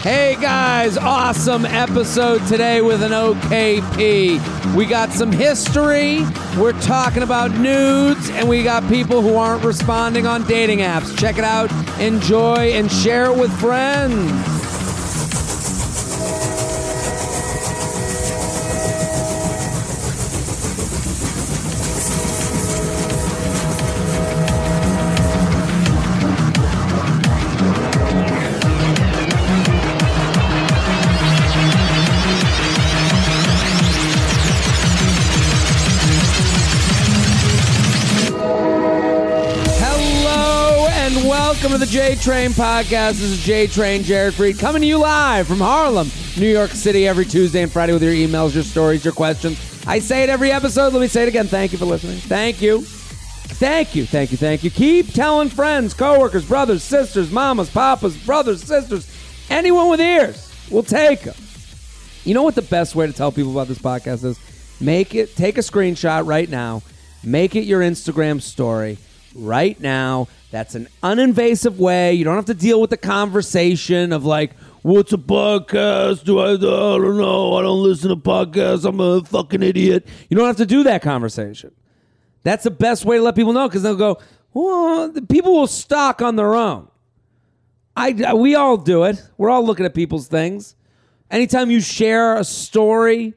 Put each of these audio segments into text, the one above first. Hey guys, awesome episode today with an OKP. We got some history, we're talking about nudes, and we got people who aren't responding on dating apps. Check it out, enjoy, and share it with friends. Hello and welcome to the J Train Podcast. This is J Train Jared Freed coming to you live from Harlem, New York City, every Tuesday and Friday with your emails, your stories, your questions. I say it every episode. Let me say it again. Thank you for listening. Thank you. Thank you, thank you, thank you. Keep telling friends, coworkers, brothers, sisters, mamas, papas, brothers, sisters, anyone with ears. We'll take them. You know what the best way to tell people about this podcast is? Make it take a screenshot right now. Make it your Instagram story right now. That's an uninvasive way. You don't have to deal with the conversation of like, what's a podcast? Do I, I don't know. I don't listen to podcasts. I'm a fucking idiot. You don't have to do that conversation. That's the best way to let people know because they'll go, well, the people will stalk on their own. I, we all do it. We're all looking at people's things. Anytime you share a story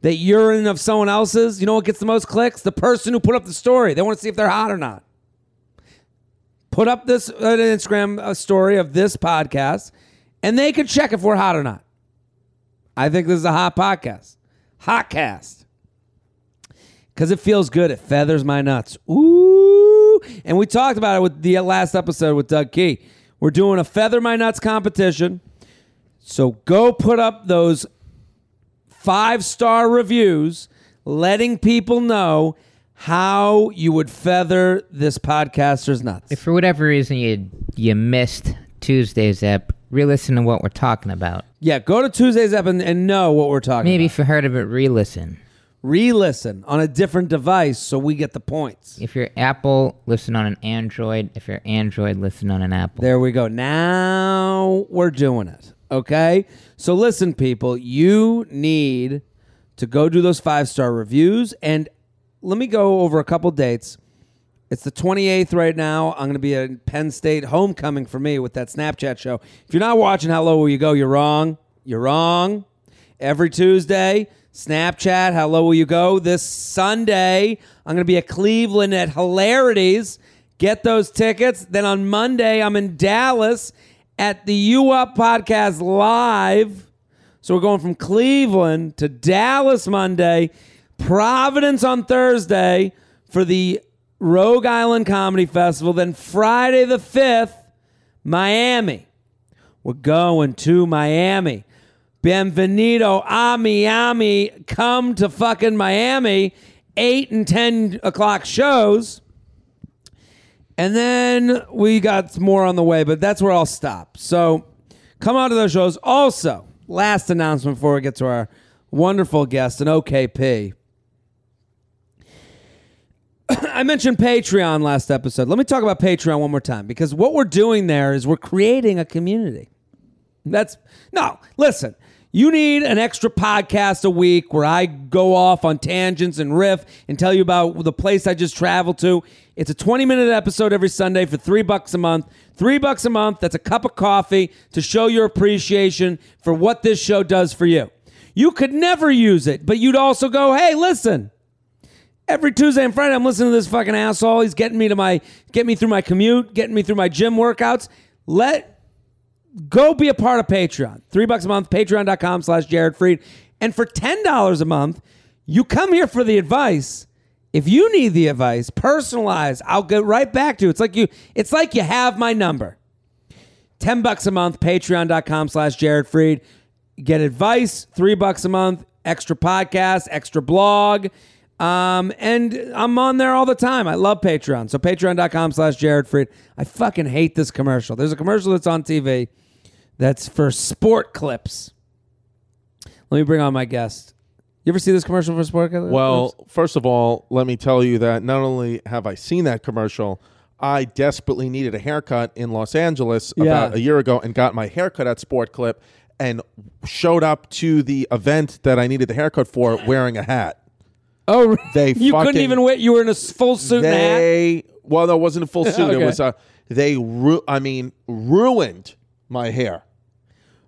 that you're in of someone else's, you know what gets the most clicks? The person who put up the story. They want to see if they're hot or not. Put up this uh, an Instagram uh, story of this podcast, and they can check if we're hot or not. I think this is a hot podcast. Hot cast. Because it feels good. It feathers my nuts. Ooh. And we talked about it with the last episode with Doug Key. We're doing a Feather My Nuts competition. So go put up those five star reviews, letting people know how you would feather this podcaster's nuts. for whatever reason you you missed Tuesday's ep, re-listen to what we're talking about. yeah, go to Tuesday's app and, and know what we're talking Maybe about. if you heard of it, re-listen. Re listen on a different device so we get the points. If you're Apple, listen on an Android. If you're Android, listen on an Apple. There we go. Now we're doing it. Okay. So listen, people, you need to go do those five star reviews. And let me go over a couple dates. It's the 28th right now. I'm going to be at Penn State homecoming for me with that Snapchat show. If you're not watching How Low Will You Go, you're wrong. You're wrong. Every Tuesday, Snapchat, How Low Will You Go? This Sunday, I'm going to be at Cleveland at Hilarities. Get those tickets. Then on Monday, I'm in Dallas at the U Up Podcast Live. So we're going from Cleveland to Dallas Monday, Providence on Thursday for the Rogue Island Comedy Festival. Then Friday the 5th, Miami. We're going to Miami. Bienvenido a Miami. Come to fucking Miami. 8 and 10 o'clock shows. And then we got more on the way, but that's where I'll stop. So come out to those shows. Also, last announcement before we get to our wonderful guest, an OKP. I mentioned Patreon last episode. Let me talk about Patreon one more time because what we're doing there is we're creating a community. That's no, listen. You need an extra podcast a week where I go off on tangents and riff and tell you about the place I just traveled to. It's a 20 minute episode every Sunday for three bucks a month. Three bucks a month, that's a cup of coffee to show your appreciation for what this show does for you. You could never use it, but you'd also go, hey, listen, every Tuesday and Friday, I'm listening to this fucking asshole. He's getting me to my, get me through my commute, getting me through my gym workouts. Let go be a part of patreon three bucks a month patreon.com slash jared freed and for ten dollars a month you come here for the advice if you need the advice personalized i'll get right back to you it's like you it's like you have my number 10 bucks a month patreon.com slash jared freed get advice three bucks a month extra podcast extra blog um, and i'm on there all the time i love patreon so patreon.com slash jared freed i fucking hate this commercial there's a commercial that's on tv that's for sport clips let me bring on my guest you ever see this commercial for sport clips Well, first of all, let me tell you that not only have I seen that commercial, I desperately needed a haircut in Los Angeles Yeah. about a year ago and got my haircut at Sport Clip and showed up to the event that I needed the haircut for wearing a hat. Oh, They you couldn't fucking- even wait. You were in a s- full suit and hat. They well, no, it wasn't a full suit. Okay. It was a they. Ru- I mean, ruined my hair.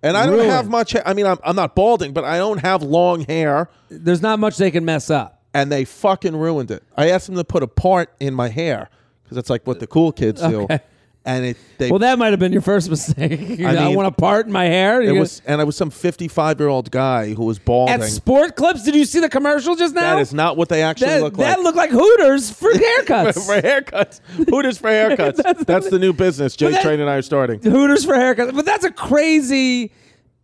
And I don't Ruined. have much. hair. I mean, I'm, I'm not balding, but I don't have long hair. There's not much they can mess up. and they fucking ruined it. I asked them to put a part in my hair because that's like what the cool kids do. And it they Well, that might have been your first mistake. I, mean, want to part in my hair. it was and I was some fifty five year old guy who was balding. at Sport Clips. Did you see the commercial just now? that is not what they actually that, look that like. looked like Hooters for haircuts. for haircuts, Hooters for haircuts. that's, the new business Jay that- Train and I are starting. Hooters for haircuts. But that's a crazy.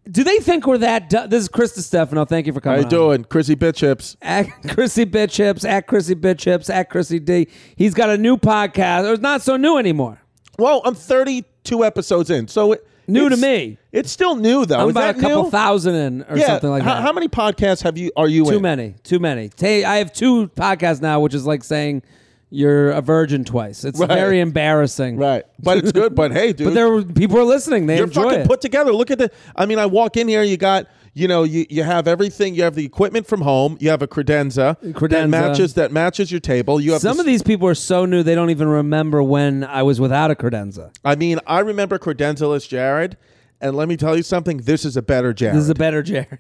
Do they think we're that? Du- this is Chris Stefano. Thank you for How coming. you on. doing, Chrissy Bitchips? At Chrissy Bitch Hips, at Chrissy Bitch Hips, at Chrissy D. He's got a new podcast. Or It's not so new anymore. Well, I'm thirty two episodes in, so it, New to it's- me. It's still new though. I'm Oh, Is about that a couple new? thousand in or Yeah. something like how, that. How many podcasts have you? Are you Too in? many. Too many. Ta- I have two podcasts now, which is like saying you're a virgin twice. It's Right. very embarrassing. Right, but it's good. But hey, dude, But there were, people are listening. They You're enjoy fucking it. put together. Look at the. I mean, I walk in here. You got. You know, you, you have everything. You have the equipment from home. You have a credenza, Credenza. that matches that matches your table. You have Some this- of these people are so new they don't even remember when I was without a credenza. I mean, I remember credenza as Jared, and let me tell you something. This is a better Jared. This is a better Jared.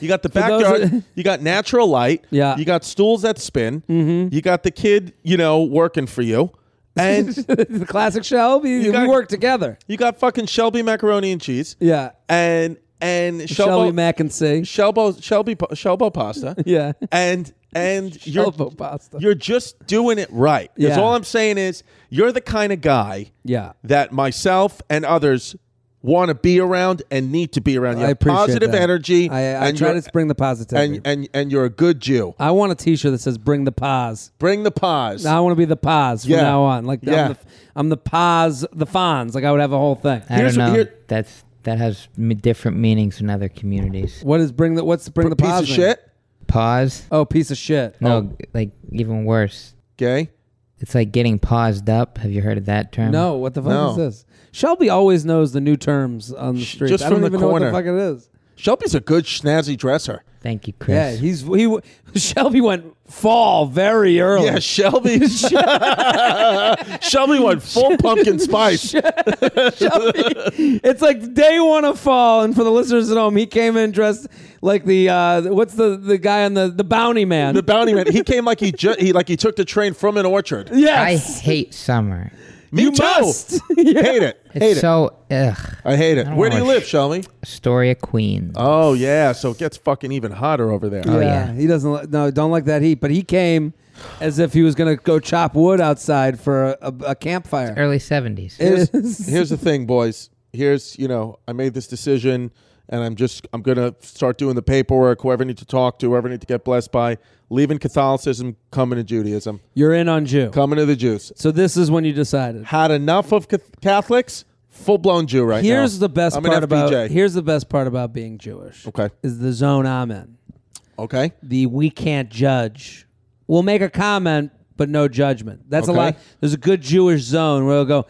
you got the those backyard. that- you got natural light. Yeah. Mm-hmm. You got stools that spin. You got the kid. You know, working for you, and the classic Shelby. We got- work together. you got fucking Shelby macaroni and cheese. Yeah. And and Shelby Shelbo Mac and C. Shelbo Shelby Shelbo pasta. Yeah. And and you're Shelbo pasta. You're just doing it right. Because Yeah. all I'm saying is you're the kind of guy Yeah. that myself and others want to be around and need to be around. You I have appreciate positive that. energy. I, I and try you're- to bring the positivity. and, and and you're a good Jew. I want a T-shirt that says "Bring the Paz." Bring the pause. I want to be the Paz from Yeah. now on. Like Yeah. I'm, the, I'm the Paz, the Fonz. Like I would have a whole thing. I Here's- don't know. here- That's that has m- different meanings in other communities. What is bring the? What's bring the Piece Paz? of mean? shit. Pause. Oh, piece of shit. No, like even worse. Okay. It's like getting paused up. Have you heard of that term? No, what the fuck No. is this? Shelby always knows the new terms on the street. just I don't from the even know corner. what the fuck it is. Shelby's a good schnazzy dresser. Thank you, Chris. Yeah, he's he. w- Shelby went fall very early. Yeah, Shelby. Shelby went full pumpkin spice. It's like day one of fall, and for the listeners at home, he came in dressed like the uh, what's the the guy on the the bounty man. The bounty man. He came like he ju- he like he took the train from an orchard. I yes, hate summer. Me You too. must. Hate it. It's Hate it. so ugh. I hate I it. don't Where do you wanna live, sh- Shelby? Astoria, Queens. Uh, Oh yeah, so it gets fucking even hotter over there. Oh, yeah, yeah. he doesn't. li- No, don't like that heat. But he came as if he was gonna go chop wood outside for a, a, a campfire. Early seventies. It Here's, is. here's the thing, boys. Here's you know, I made this decision, and I'm just I'm gonna start doing the paperwork. Whoever I need to talk to, whoever I need to get blessed by, leaving Catholicism, coming to Judaism, You're in on Jew. coming to the Jews. So this is when you decided. Had enough of Cath- Catholics. Full blown Jew right now. Here's the best I'm an part about FBJ. here's the best part about being Jewish. Okay. is the zone I'm in. Okay. the we can't judge. We'll make a comment, but no judgment. That's Okay. a lot. There's a good Jewish zone where we'll go.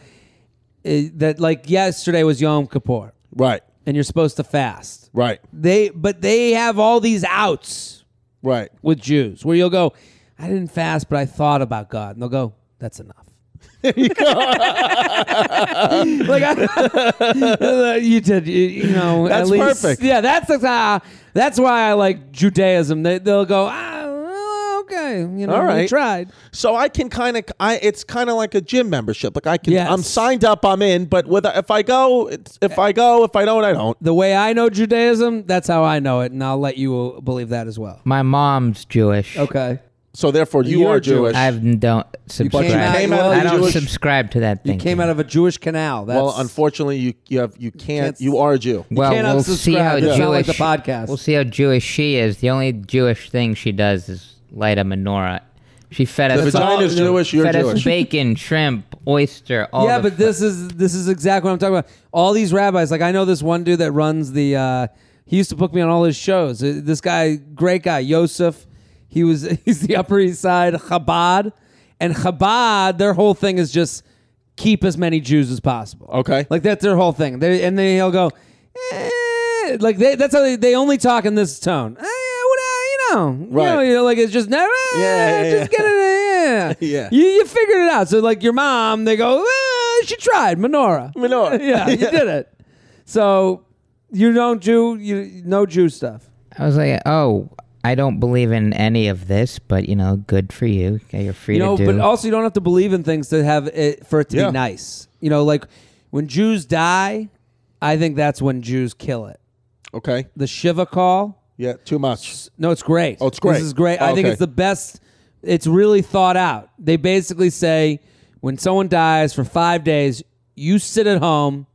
eh, that like yesterday was Yom Kippur, Right. and you're supposed to fast. Right. They but they have all these outs Right. with Jews where you'll go. I didn't fast, but I thought about God, and they'll go. That's enough. like I, uh, you did, you, you know. at That's least, perfect. Yeah, that's uh, that's why I like Judaism. They they'll go, ah, okay, you know, All we right. tried. So I can kind of, I it's kind of like a gym membership. Like I can, Yes. I'm signed up, I'm in. But with if I go, it's, if I go, if I don't, I don't. The way I know Judaism, that's how I know it, and I'll let you believe that as well. My mom's Jewish. Okay, So therefore, you You're are Jewish. I don't subscribe. came out of I the don't Jewish- subscribe to that you thing. came out of a Jewish canal. That's, well, unfortunately, you you have you can't. Can't- You are a Jew. Well, cannot we'll see subscribe. how It's Jewish not like the podcast. We'll see how Jewish she is. The only Jewish thing she does is light a menorah. She fed The us vagina is Jewish. You're fed us Jewish. bacon, shrimp, oyster. All yeah, the but this is this is exactly what I'm talking about. All these rabbis, like I know this one dude that runs the. Uh, he used to book me on all his shows. Uh, This guy, great guy, Yosef. He was he's the Upper East Side Chabad, and Chabad, their whole thing is just keep as many Jews as possible. Okay. Like that's their whole thing. They, and then he'll go, eh, like they, that's how they, they only talk in this tone. Eh, what, I- you know, Right. You know, you know, like it's just never. eh, Yeah, yeah, just yeah. get it. Yeah, Yeah. You, you figured it out. So like your mom, they go, eh, she tried menorah. Menorah. yeah, you did it. So you don't Jew, you no Jew stuff. I was like, oh, I don't believe in any of this, but you know, good for you. Okay, you're free you know, to do. but also you don't have to believe in things to have it for it to Yeah. be nice. You know, like when Jews die, I think that's when Jews kill it. Okay. The Shiva call. Yeah. Too much. No, it's great. Oh, it's great. This is great. I Oh, think okay. it's the best. It's really thought out. They basically say when someone dies for five days, you sit at home,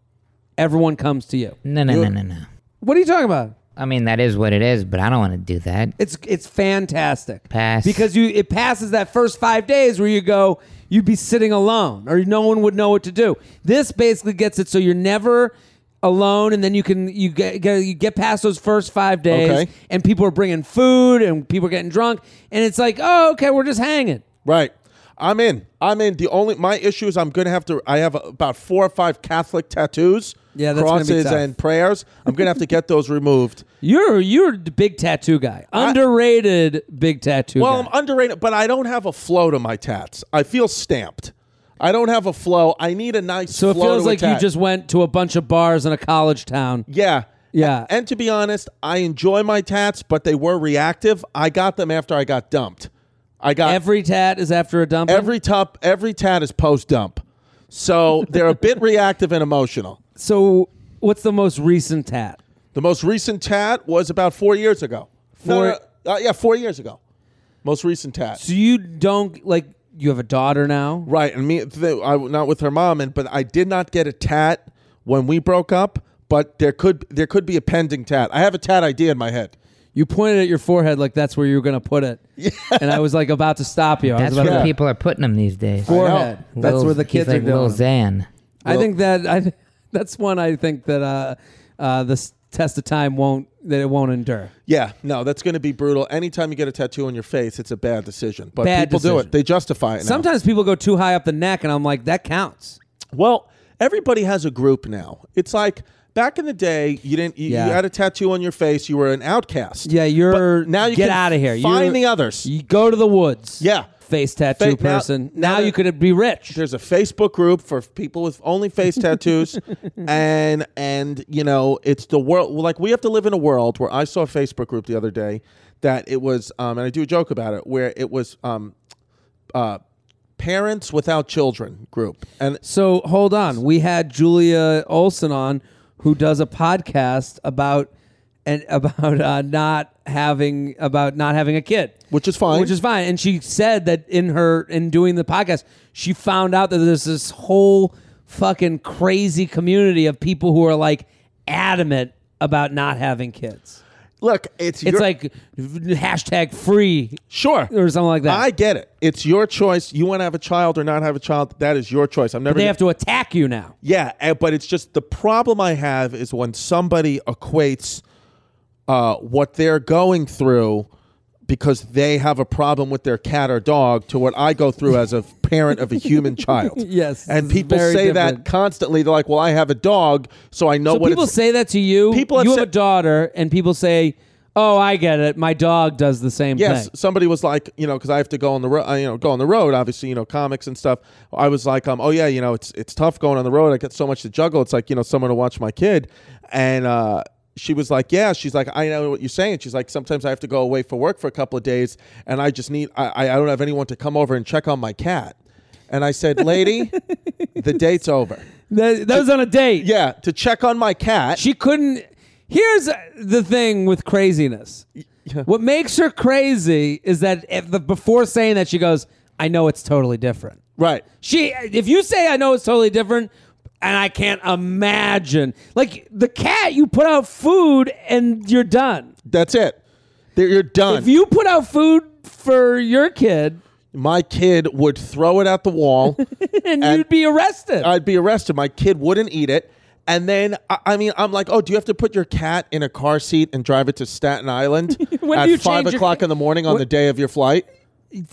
everyone comes to you. no, no, no, no, no. What are you talking about? I mean, that is what it is, but I don't want to do that. It's it's fantastic. Pass. because you it passes that first five days where you go you'd be sitting alone or no one would know what to do. This basically gets it so you're never alone, and then you can you get, get you get past those first five days, Okay. and people are bringing food and people are getting drunk, and it's like oh okay we're just hanging. Right. I'm in. I'm in. The only my issue is I'm gonna have to. I have about four or five Catholic tattoos. Yeah, that's gonna be crosses tough. and prayers. I'm gonna have to get those removed. You're you're the big tattoo guy, underrated big tattoo. Well, guy. I'm underrated, but I don't have a flow to my tats. I feel stamped. I don't have a flow. I need a nice. so it flow feels to a like you tat. just went to a bunch of bars in a college town. Yeah. Yeah. And to be honest, I enjoy my tats, but they were reactive. I got them after I got dumped. I got every, Every tat is after a dump. top every tat is post dump. So they're a bit reactive and emotional. so what's the most recent tat? The most recent tat was about 4 years ago. No, Four- no, uh, yeah, 4 years ago. Most recent tat. So you don't like you have a daughter now. Right, and me, th- I not with her mom, and but I did not get a tat when we broke up. But there could there could be a pending tat. I have a tat idea in my head. You pointed at your forehead like that's where you were gonna put it, and I was like about to stop you. I That's was about where to, people are putting them these days. forehead. I Lil- That's where the kids he's like are doing. Lil it. Xan. I think that I th- that's one I think that uh, uh, this test of time won't that it won't endure. Yeah, no, that's going to be brutal. Anytime you get a tattoo on your face, it's a bad decision. But Bad people do decision. it; they justify it. now. Sometimes people go too high up the neck, and I'm like that counts. well, everybody has a group now. It's like back in the day, you didn't. You, Yeah. you had a tattoo on your face, you were an outcast. Yeah, you're But now you get can out of here. Find You're- the others. You go to the woods. Yeah. face tattoo Fa- now- person. now Now, that- you could be rich. There's a Facebook group for people with only face tattoos, and and you know it's the world. well, Like we have to live in a world where I saw a Facebook group the other day that it was, um, and I do a joke about it, where it was um, uh, parents without children group, and So hold on. We had Julia Olson on, who does a podcast about and about uh, not having about not having a kid, which is fine. which is fine. And she said that in her in doing the podcast, she found out that there's this whole fucking crazy community of people who are like adamant about not having kids. look, It's it's your, like hashtag free sure or something like that. I get it. It's your choice. You want to have a child or not have a child. That is your choice. I'm never. they gonna- have to attack you now. Yeah, eh, but it's just the problem I have is when somebody equates uh, what they're going through because they have a problem with their cat or dog to what I go through as a parent of a human child. Yes, this and is people very say different. that constantly. They're like, "Well, I have a dog, so I know So what." people it's, say that to you. People have you have said- a daughter, and people say, "Oh, I get it. My dog does the same Yes, thing." somebody was like, you know, because I have to go on the road, you know, go on the road. Obviously, you know, comics and stuff. I was like, um, oh yeah, you know, it's it's tough going on the road. I got so much to juggle. It's like you know, someone to watch my kid, and uh, she was like, yeah, she's like, I know what you're saying. She's like, sometimes I have to go away for work for a couple of days, and I just need, I, I I don't have anyone to come over and check on my cat. And I said, lady, the date's over. That, that was on a date. Yeah, to check on my cat. She couldn't. Here's the thing with craziness. What makes her crazy is that if the, before saying that, she goes, "I know it's totally different." right. She, if you say, "I know it's totally different," and I can't imagine, like the cat, you put out food and you're done. That's it. There- You're done. If you put out food for your kid, my kid would throw it at the wall. and, And- you'd be arrested. I'd be arrested. My kid wouldn't eat it. And then I, I mean, I'm like, oh, do you have to put your cat in a car seat and drive it to Staten Island When do at you five change your- o'clock in the morning on What- the day of your flight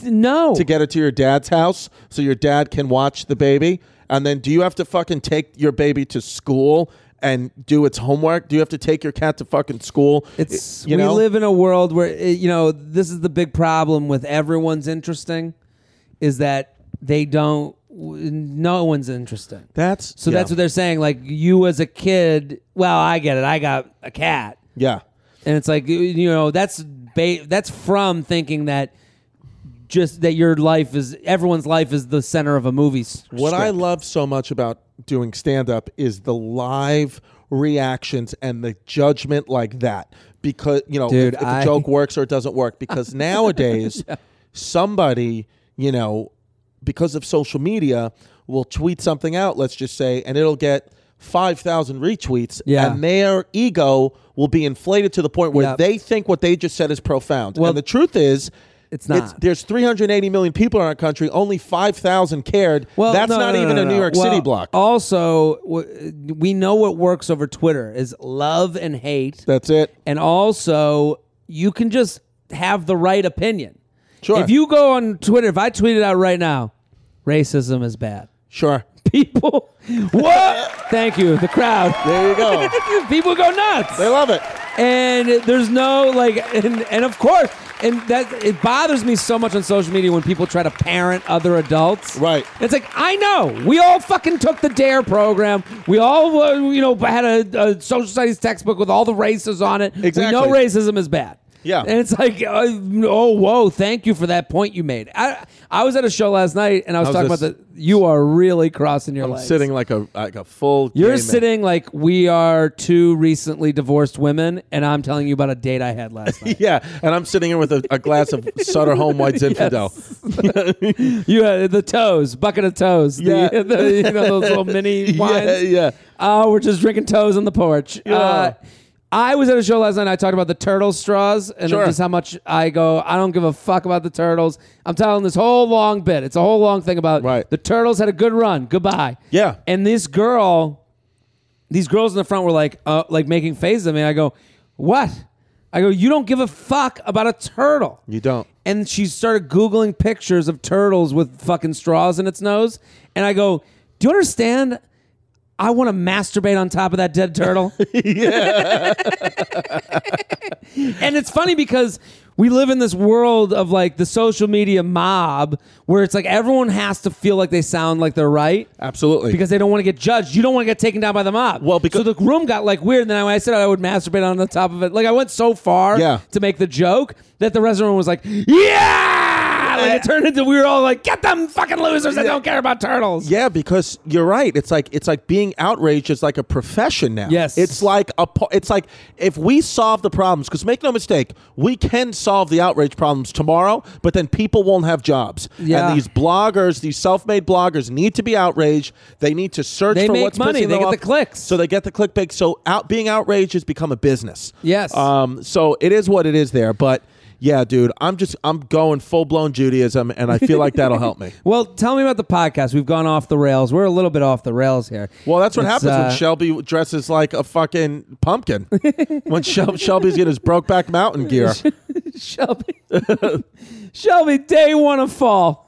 no. to get it to your dad's house so your dad can watch the baby? And then do you have to fucking take your baby to school and do its homework? Do you have to take your cat to fucking school? It's You we know? live in a world where eh, you know this is the big problem with everyone's interesting, is that they don't. w- No one's interesting. That's So that's what they're saying. Like you as a kid. Well, I get it. I got a cat, yeah. and it's like you know that's ba- that's from thinking that just that your life is everyone's life is the center of a movie. s- What I script. love so much about doing stand up is the live reactions and the judgment like that because you know Dude, if, if I- a joke works or it doesn't work because nowadays somebody you know because of social media will tweet something out let's just say and it'll get 5000 retweets Yeah. and their ego will be inflated to the point where Yep. they think what they just said is profound Well, and the truth is it's not. there's 380 million people in our country. Only 5,000 cared. Well, that's no, not no, no, even no, a no. New York Well, oh. City block. Also, w- we know what works over Twitter is love and hate, That's it. and also you can just have the right opinion. Sure. If you go on Twitter, if I tweet it out right now, racism is bad. Sure. People, what? Thank you. The crowd. There you go. People go nuts they love it. and there's no like and, and of course and that it bothers me so much on social media when people try to parent other adults Right. it's like i know we all fucking took the dare program we all uh, you know had a, a social studies textbook with all the races on it Exactly. we know racism is bad Yeah. and it's like uh, oh whoa thank you for that point you made i i was at a show last night and i was How's talking this? about the you are really crossing your legs Sitting like a like a full. you're gay man. sitting like we are two recently divorced women, and I'm telling you about a date I had last night. Yeah, and I'm sitting here with a, a glass of Sutter Home White Zinfandel. you had the toes, bucket of toes. the- Yeah. the- you know, those little mini wines. Yeah, yeah. Oh, we're just drinking toes on the porch. Uh, I was at a show last night. I talked about the turtle straws and Sure. just how much I go. I don't give a fuck about the turtles. I'm telling this whole long bit. It's a whole long thing about Right. the turtles had a good run. Goodbye. Yeah. And this girl, these girls in the front were like, uh, like making faces at me. I go, what? I go, you don't give a fuck about a turtle. You don't. And she started Googling pictures of turtles with fucking straws in its nose. And I go, Do you understand? I want to masturbate on top of that dead turtle. and it's funny because we live in this world of like the social media mob where it's like everyone has to feel like they sound like they're right Absolutely. because they don't want to get judged. You don't want to get taken down by the mob. Well, because- so the room got like weird. And then I said I would masturbate on the top of it. Like I went so far Yeah. to make the joke that the restaurant was like, yeah. Eh. Like it turned into we were all like, get them fucking losers that don't care about turtles. Yeah, because you're right. It's like it's like being outraged is like a profession now. Yes. it's like a po- it's like if we solve the problems, because make no mistake, we can solve the outrage problems tomorrow. But then people won't have jobs. Yeah. and these bloggers, these self-made bloggers, need to be outraged. They need to search They for make what's money. pissing They them get off. the clicks. So they get the clickbait. So out being outraged has become a business. Yes. Um. So it is what it is there, but. Yeah, dude, I'm just I'm going full blown Judaism, and I feel like that'll help me. Well, tell me about the podcast. We've gone off the rails. We're a little bit off the rails here. Well, that's what It's, happens uh, when Shelby dresses like a fucking pumpkin. when Shel- Shelby's in his Brokeback Mountain gear. Shelby. Shelby, day one of fall.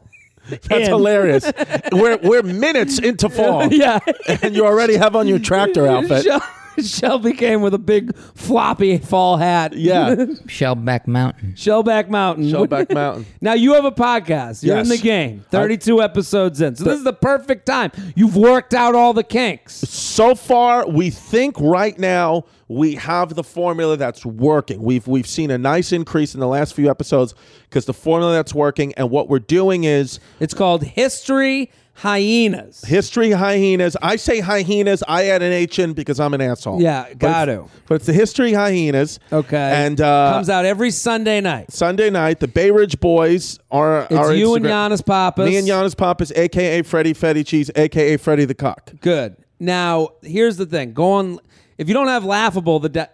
That's hilarious. We're, we're minutes into fall, yeah. and you already have on your tractor outfit. Shel- Shelby came with a big floppy fall hat. Yeah, Shellback Mountain. Shellback Mountain. Shellback Mountain. Now you have a podcast. You're in Yes. the game. 32 episodes in. So this is the perfect time. You've worked out all the kinks. So far, we think right now we have the formula that's working. We've we've seen a nice increase in the last few episodes because the formula that's working, and what we're doing is It's called History Hyenas. History hyenas. I say hyenas. I add an H in because I'm an asshole. Yeah, But got it's- to. But it's the history hyenas. Okay. And uh, comes out every Sunday night. Sunday night, the Bay Ridge Boys are. It's our you and Instagram- Giannis Papas. Me and Giannis Pappas, aka Freddie Fetty Cheese, aka Freddie the Cock. Good. Now, here's the thing. Go on. If you don't have Laughable, the da-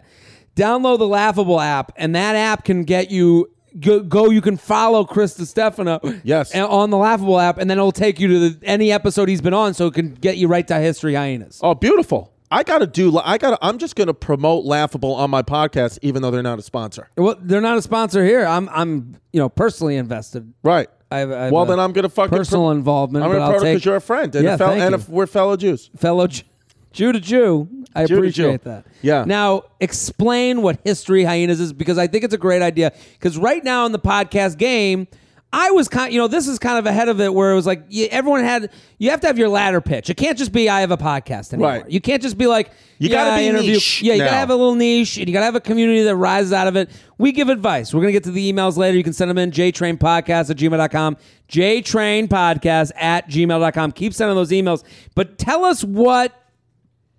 download the Laughable app, and that app can get you go. go you can follow Chris DeStefano. Yes. a- On the Laughable app, and then it'll take you to the, any episode he's been on, so it can get you right to History Hyenas. Oh, beautiful. I gotta do. I gotta. I'm just gonna promote laughable on my podcast, even though they're not a sponsor. Well, they're not a sponsor here. I'm, I'm, you know, personally invested. Right. I have, I have well, a then I'm gonna fucking personal involvement. I'm but gonna I'll promote take because you're a friend and, Yeah, a fel- thank and you. a, we're fellow Jews. fellow Jew, Jew to Jew. I Jew to appreciate Jew. that. Yeah. Now explain what history hyenas is because I think it's a great idea. Because right now in the podcast game, I was kind. You know, this is kind of ahead of it where it was like you, everyone had. You have to have your ladder pitch. It can't just be I have a podcast anymore. Right. You can't just be like You yeah, gotta be I interview. niche yeah, you gotta now. have a little niche and you gotta have a community that rises out of it. We give advice. We're gonna get to the emails later. You can send them in jtrainpodcast at gmail.com, jtrainpodcast at gmail.com. Keep sending those emails. But tell us what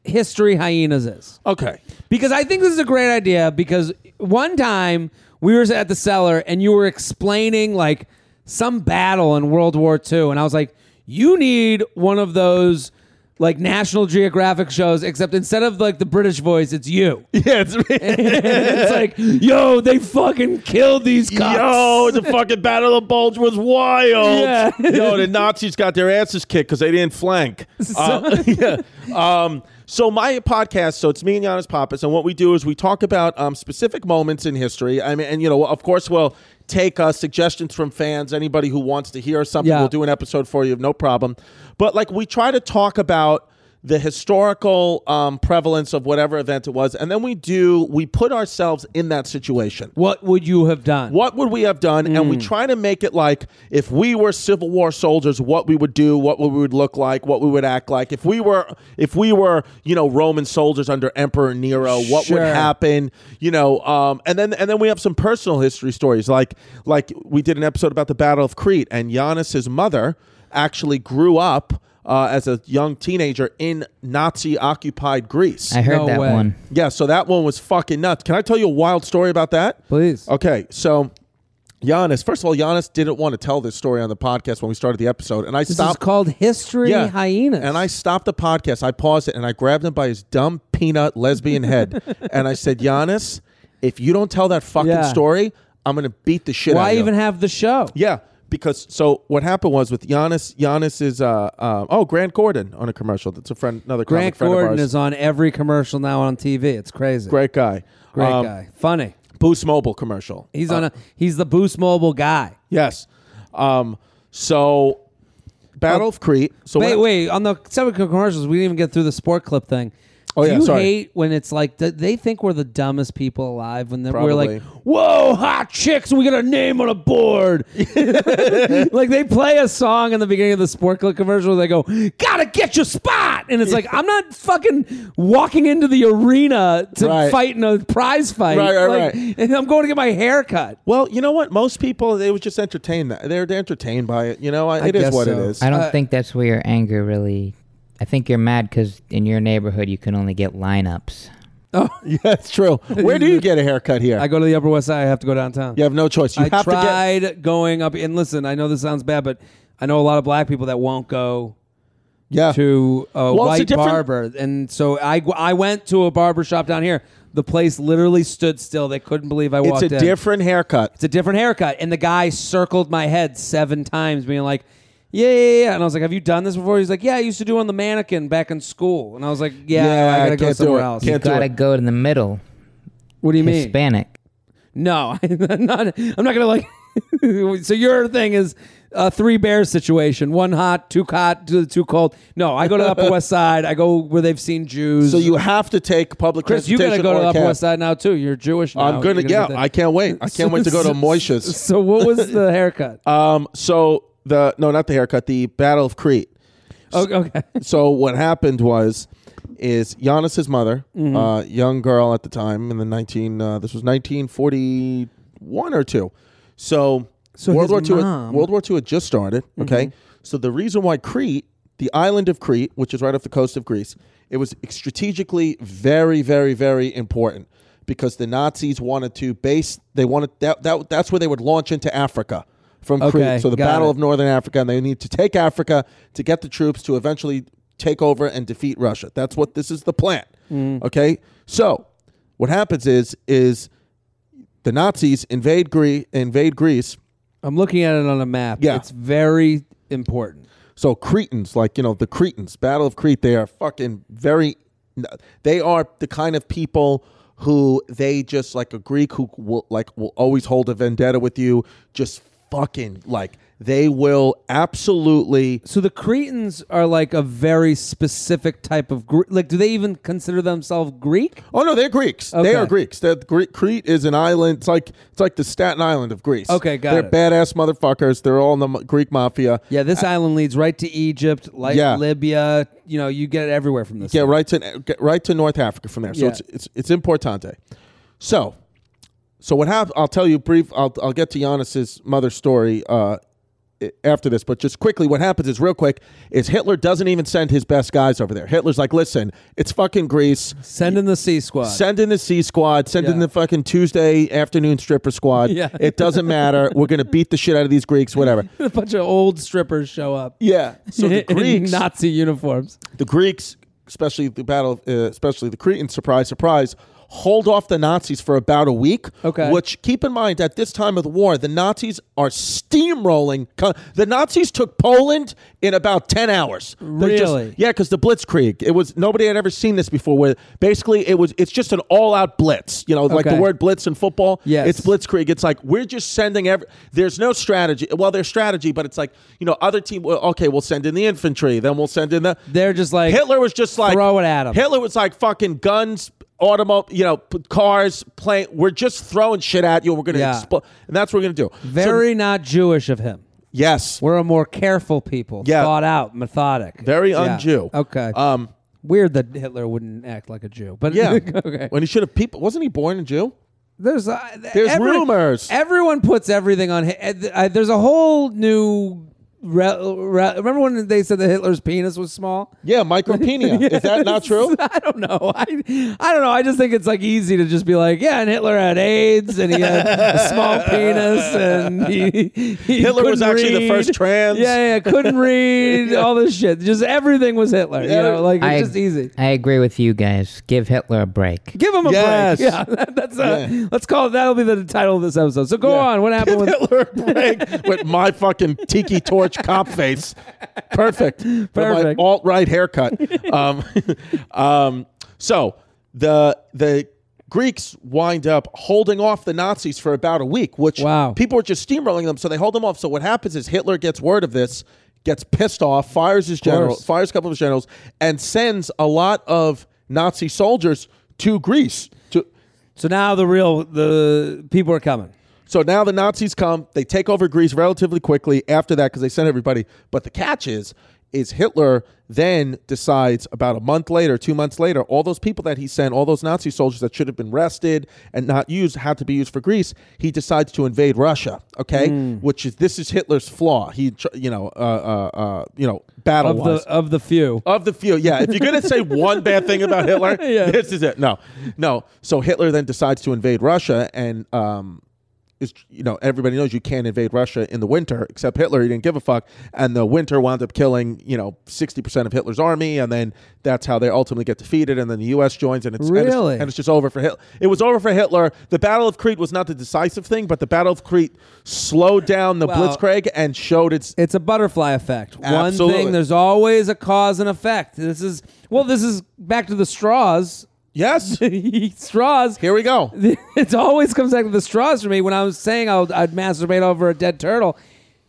history hyenas is. Okay. Because I think this is a great idea. Because one time we were at the cellar and you were explaining like some battle in World War II, and I was like, you need one of those like National Geographic shows, except instead of like the British voice, it's you. Yeah, it's it's like, yo, they fucking killed these cops. Yo, the fucking Battle of Bulge was wild. Yeah. Yo, the Nazis got their asses kicked because they didn't flank. Uh, yeah. Um, so my podcast, so it's me and Giannis Pappas, and what we do is we talk about um, specific moments in history. I mean, and you know, of course, we'll take uh, suggestions from fans. Anybody who wants to hear something, Yeah. we'll do an episode for you, no problem. But like, we try to talk about the historical um, prevalence of whatever event it was, and then we do we put ourselves in that situation. what would you have done? What would we have done? And we try to make it like if we were Civil War soldiers, what we would do, what we would look like, what we would act like. If we were, if we were, you know, Roman soldiers under Emperor Nero, what Sure. would happen? You know, um, and then and then we have some personal history stories, like like we did an episode about the Battle of Crete, and Giannis's mother actually grew up. Uh, as a young teenager in Nazi occupied Greece. I heard No that way. one. Yeah, so that one was fucking nuts. Can I tell you a wild story about that? Please. Okay, so Giannis, first of all, Giannis didn't want to tell this story on the podcast when we started the episode, and I This is stopped. called history yeah, hyenas. And I stopped the podcast. I paused it and I grabbed him by his dumb peanut lesbian head, and I said, Giannis, if you don't tell that fucking Yeah. story, I'm gonna beat the shit. out why of you. even have the show? Yeah, because so what happened was with Giannis. Giannis is uh, uh oh Grant Gordon on a commercial. That's a friend, another comic Grant friend Gordon of ours. is on every commercial now on TV. It's crazy. great guy. Great Um, guy. Funny. Boost Mobile commercial. He's on a he's the Boost Mobile guy. Yes. Um, so um, Battle of Crete. So Wait, when- wait. On the seven commercials, we didn't even get through the sport clip thing. Oh, Do yeah, you sorry. hate when it's like th- they think we're the dumbest people alive when they're, we're like, Probably. "Whoa, hot chicks! We got a name on a board." like they play a song in the beginning of the sport clip commercial. They go, "Gotta get your spot," and it's like I'm not fucking walking into the arena to Right. fight in a prize fight. Right, right, Like, right. And I'm going to get my hair cut. Well, you know what? Most people they would just entertain that. They're they're entertained by it. You know, I, it is guess what it so. is. I don't Uh, think that's where your anger really. I think you're mad because in your neighborhood you can only get lineups. yeah, it's true. Where do you get a haircut here? I go to the Upper West Side. I have to go downtown. you have no choice. You I have to tried going up, and listen, I know this sounds bad, but I know a lot of black people that won't go get yeah. to a Uh, it's a white different- barber, and so I I went to a barber shop down here. The place literally stood still. They couldn't believe I it's walked a in. different haircut. it's a different haircut, and the guy circled my head seven times, being like. Yeah, yeah, yeah. And I was like, "Have you done this before?" He's like, "Yeah, I used to do it on the mannequin back in school." And I was like, "Yeah, Yeah, I gotta I go can't do somewhere it. else." You Can't do gotta it. go to the middle. What do you mean? Hispanic. No, I'm not. I'm not gonna like. so your thing is a three bears situation: one hot, two hot, two, two cold. No, I go to the Upper West Side. I go where they've seen Jews. So you have to take public Chris, you gotta transportation. go to or the a Upper cab. West Side now too. You're Jewish. Now. I'm gonna. You're Yeah, get I can't wait. I can't wait to go to Moishes. So what was the haircut? Um. So the no, not the haircut. The Battle of Crete. Okay, okay. so what happened was is Giannis's mother, Mm-hmm. uh, young girl at the time in the 19 uh, this was 1941 or 2. So, So World his War II mom- World War II had just started, Mm-hmm. okay? So the reason why Crete, the island of Crete, which is right off the coast of Greece, it was strategically very very very important because the Nazis wanted to base they wanted that, that that's where they would launch into Africa from Okay, Crete. So the got Battle it. of northern Africa, and they need to take Africa to get the troops to eventually take over and defeat Russia. That's what this is the plan. Mm. Okay, so what happens is is the Nazis invade Greece, invade Greece. I'm looking at it on a map. Yeah. it's very important. So Cretans, like you know the Cretans, Battle of Crete, they are fucking very n- they are the kind of people who they just like a Greek who will like will always hold a vendetta with you. Just fucking like they will absolutely. So the Cretans are like a very specific type of Greek. Like, do they even consider themselves Greek? Oh no, they're Greeks. Okay. They are Greeks. They're Greek. Crete is an island. It's like it's like the Staten Island of Greece. Okay, got they're it. badass motherfuckers. They're all in the mo- Greek mafia. Yeah, this island leads right to Egypt, like Uh, Yeah. Libya. You know, you get it everywhere from this. Yeah, right to get right to North Africa from there. So Yeah. it's it's it's importante. So, so what happened? I'll tell you brief. I'll I'll get to Giannis's mother story uh, i- after this, but just quickly, what happens is real quick is Hitler doesn't even send his best guys over there. Hitler's like, listen, it's fucking Greece. Send in the C squad. Send in the C squad. Send in Uh, Yeah. the fucking Tuesday afternoon stripper squad. Yeah. It doesn't matter. We're gonna beat the shit out of these Greeks. Whatever. a bunch of old strippers show up Yeah. So the in Greeks, Nazi uniforms. the Greeks, especially the battle, uh, especially the Cretans, surprise, surprise, hold off the Nazis for about a week. Okay. Which keep in mind at this time of the war, the Nazis are steamrolling. co- The Nazis took Poland in about ten hours. They're just- Really? yeah, because the Blitzkrieg. It was nobody had ever seen this before. Where basically it was, it's just an all-out blitz. You know, like Okay. the word blitz in football. Yes. It's blitzkrieg. It's like we're just sending every. There's no strategy. Well, there's strategy, but it's like you know, other team. Well, okay, we'll send in the infantry. Then we'll send in the. They're just like Hitler was just like throw it at 'em. Hitler was like fucking guns, automobile, you know, p- cars, plane. We're just throwing shit at you. and We're gonna Yeah. explode, and that's what we're gonna do. So- very not Jewish of him. yes, We're a more careful people, Yeah. thought out, methodic, very Yeah. un-Jew. Okay, Um. weird that Hitler wouldn't act like a Jew, but Yeah. okay. When he should have people. Wasn't he born a Jew? There's uh, There's rumors. Everyone puts everything on. Hi- uh, th- uh, There's a whole new. Re, re, remember when they said that Hitler's penis was small? Yeah, micropenia. Is that not true? I don't know. I, I don't know. I just think it's like easy to just be like, yeah, and Hitler had AIDS and he had a small penis and he, he Hitler was couldn't actually the read. first trans. Yeah, yeah, couldn't read all this shit. Just everything was Hitler. You know, like it's I, just easy. I agree with you guys. Give Hitler a break. Give him a Yes. break. Yeah, that's a, Yeah. let's call it. That'll be the title of this episode. So go Yeah. on. What happened with Give Hitler a break with my fucking tiki torch cop face. Perfect. Perfect. my Perfect. alt right haircut. Um, um, so the the Greeks wind up holding off the Nazis for about a week, which Wow. people were just steamrolling them. So they hold them off. So what happens is Hitler gets word of this, gets pissed off, fires his general, course. fires a couple of his generals, and sends a lot of Nazi soldiers to Greece to So now the real the people are coming. So now the Nazis come, they take over Greece relatively quickly after that because they sent everybody. But the catch is, is Hitler then decides about a month later, two months later, all those people that he sent, all those Nazi soldiers that should have been rested and not used, had to be used for Greece. He decides to invade Russia. Okay, Hmm. which is this is Hitler's flaw. He, tr- you know, uh, uh, uh, you know, battle Of the of the few. of the few, yeah. If you're gonna say one bad thing about Hitler, Yeah. this is it. No, no. So Hitler then decides to invade Russia, and um, is you know everybody knows you can't invade Russia in the winter, except Hitler. He didn't give a fuck, and the winter wound up killing you know sixty percent of Hitler's army, and then that's how they ultimately get defeated, and then the U.S. joins, and it's and it's- Really? and it's just over for Hitler. It was over for Hitler. The Battle of Crete was not the decisive thing, but the Battle of Crete slowed down the Well- Blitzkrieg and showed its It's a butterfly effect. One Absolutely. thing, there's always a cause and effect. This is well, this is back to the straws. yes. straws. Here we go. It always comes back to the straws for me. When I was saying I'll, I'd masturbate over a dead turtle,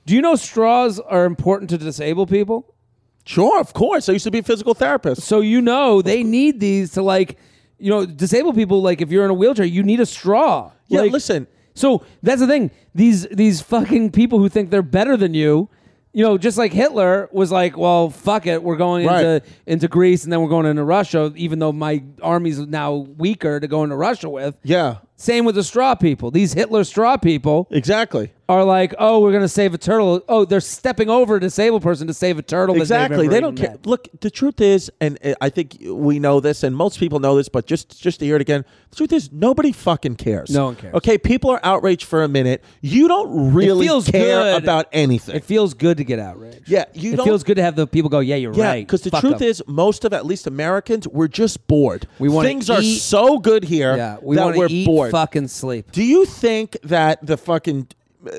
do you know straws are important to disabled people? Sure, of course. I used to be a physical therapist. So you know they need these to like, you know, disabled people. Like if you're in a wheelchair, you need a straw. Yeah, Like, listen. So that's the thing. These these fucking people who think they're better than you, you know, just like Hitler was like, well, fuck it, we're going Right. into into Greece and then we're going into Russia, even though my army's now weaker to go into Russia with. Yeah, Same with the straw people. These Hitler straw people exactly. are like, oh, we're gonna save a turtle. Oh, they're stepping over a disabled person to save a turtle. that they've Exactly. never They don't even care. met. Look, the truth is, and uh, I think we know this, and most people know this, but just just to hear it again, the truth is, nobody fucking cares. No one cares. Okay, people are outraged for a minute. You don't really feels care good. about anything. It feels good to get outraged. yeah, you it don't. feels good to have the people go, yeah, you're yeah, right. because the Fuck truth them. is, most of at least Americans, we're just bored. We wanna things are eat. so good here yeah, we that want to we're eat, bored. fucking sleep. Do you think that the fucking,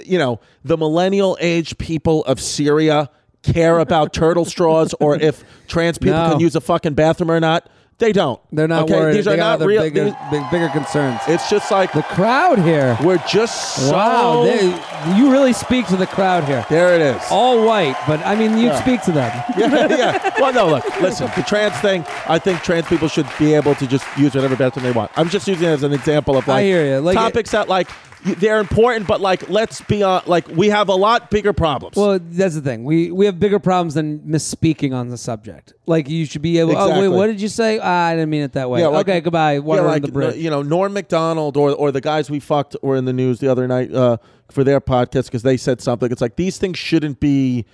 you know, the millennial age people of Syria care about turtle straws or if trans people No. can use a fucking bathroom or not? They don't. They're not okay? worried. These they are got not other real. Bigger, these- big, bigger concerns. it's just like the crowd here. we're just so. wow, they, you really speak to the crowd here. there it is. All white, but I mean, you Yeah. speak to them. yeah, yeah. Well, no, look, listen, the trans thing, I think trans people should be able to just use whatever bathroom they want. I'm just using it as an example of I like, hear ya. Like, topics that like y- they're important, but like let's be on, like we have a lot bigger problems. Well, that's the thing. We we have bigger problems than misspeaking on the subject. Like you should be able. Oh Exactly. wait, what did you say? Ah, I didn't mean it that way. Yeah, like- okay, goodbye. Water yeah, on like the bridge. uh, you know, Norm Macdonald or or the guys we fucked were in the news the other night uh, for their podcast because they said something. It's like these things shouldn't be.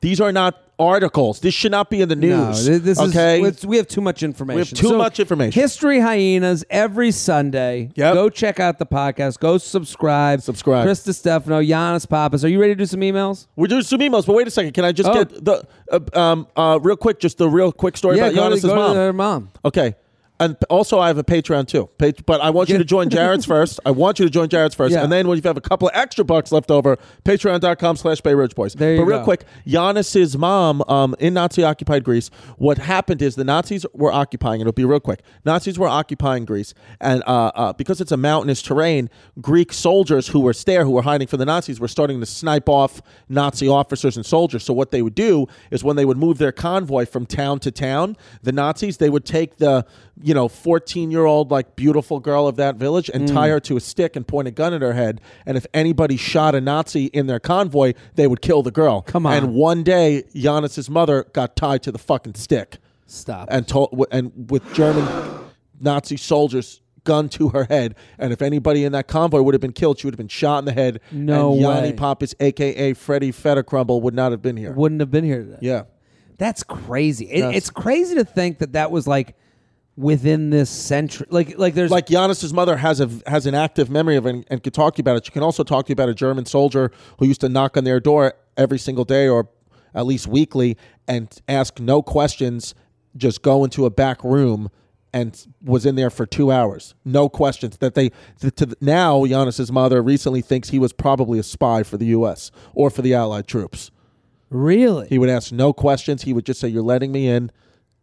These are not articles. This should not be in the No, news. th- this okay. is it's- we have too much information. too much information. History hyenas every Sunday. Yep. Go check out the podcast. Go subscribe. Subscribe. Chris Stefano, Giannis Pappas. Are you ready to do some emails? We're doing some emails, but wait a second. Can I just Oh. get the uh, um uh real quick? Just the real quick story yeah, go about Giannis's to, go mom. to their mom. okay, and p- also I have a Patreon too. Pat- but I want you Yeah. to join Jared's first. I want you to join Jared's first, Yeah. and then when you have a couple of extra bucks left over, Patreon.com/slash Bay Ridge Boys. There but you real go. quick, Giannis's mom um in Nazi-occupied Greece. What happened is the Nazis were occupying. It'll be real quick. Nazis were occupying Greece, and uh, uh because it's a mountainous terrain, Greek soldiers who were there, who were hiding from the Nazis, were starting to snipe off Nazi officers and soldiers. So what they would do is when they would move their convoy from town to town, the Nazis they would take the you know fourteen year old like beautiful girl of that village and tie her to a stick and point a gun at her head. And if anybody shot a Nazi in their convoy, they would kill the girl. Come on. And one day, Giannis's mother got tied to the fucking stick Stop. and told w- and with German Nazi soldiers gun to her head and if anybody in that convoy would have been killed she would have been shot in the head No and Yanni way. Pappas aka Freddie Fettercrumble would not have been here Wouldn't have been here today. yeah That's crazy. It, Yes. It's crazy to think that that was like within this century. Like like there's like Giannis's mother has a has an active memory of it and, and could talk to you about it she can also talk to you about a German soldier who used to knock on their door every single day or at least weekly and ask no questions just go into a back room and was in there for two hours. No questions. That they to, to now Giannis's mother recently thinks he was probably a spy for the U.S. or for the Allied troops. really. He would ask no questions. He would just say, "You're letting me in,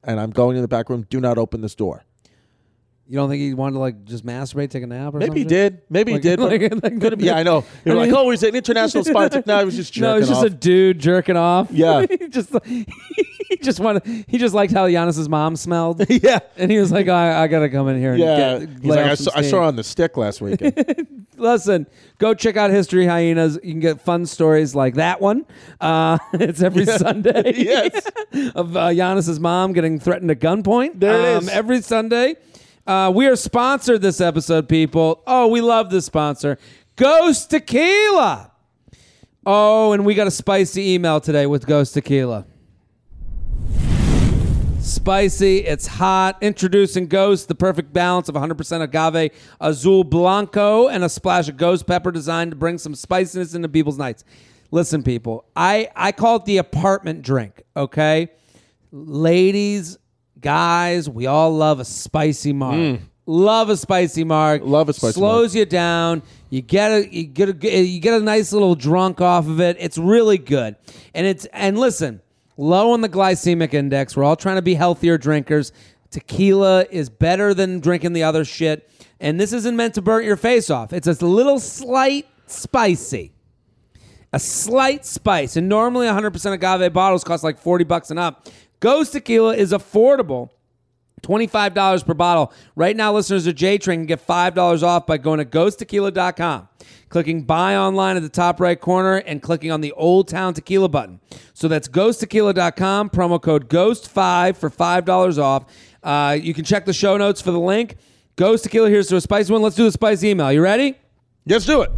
and I'm going in the back room. Do not open this door." You don't think he wanted to like just masturbate, take a nap, or Maybe he something? did. Maybe Like- he did. but like- it like- could have been. Yeah, I know. You're I like, mean- oh, he's an international spy. It's like, no, he was just jerking No, it's just off. a dude jerking off. Yeah. he just he just wanted he just liked how Giannis's mom smelled, yeah. and he was like, I, I gotta come in here. And Yeah, get, He's lay like, off I, some saw, I steam." saw her on the stick last weekend. Listen, go check out History Hyenas. You can get fun stories like that one. Uh, it's every Sunday. Yes. of uh, Giannis's mom getting threatened at gunpoint. There it Um, is. Every Sunday. Uh, we are sponsored this episode, people. Oh, we love this sponsor, Ghost Tequila. Oh, and we got a spicy email today with Ghost Tequila. Spicy, it's hot. Introducing Ghost, the perfect balance of 100% agave azul blanco and a splash of ghost pepper designed to bring some spiciness into people's nights. Listen, people, I, I call it the apartment drink, okay? Ladies, guys, we all love a spicy marg. Love a spicy marg. Mm. Love a spicy Slows slows you down. You get a you get a you get a nice little drunk off of it. It's really good, and it's and listen, low on the glycemic index. We're all trying to be healthier drinkers. Tequila is better than drinking the other shit, and this isn't meant to burnt your face off. It's a little slight spicy a slight spice. And normally 100% agave bottles cost like 40 bucks and up. Ghost Tequila is affordable. $25 per bottle. Right now, listeners of J Train can get $5 off by going to ghosttequila.com, clicking buy online at the top right corner, and clicking on the Old Town Tequila button. So that's ghosttequila.com, promo code GHOST5 for $5 off. Uh, you can check the show notes for the link. Ghost Tequila, here's to a spicy one. Let's do the spicy email. You ready? Let's do it.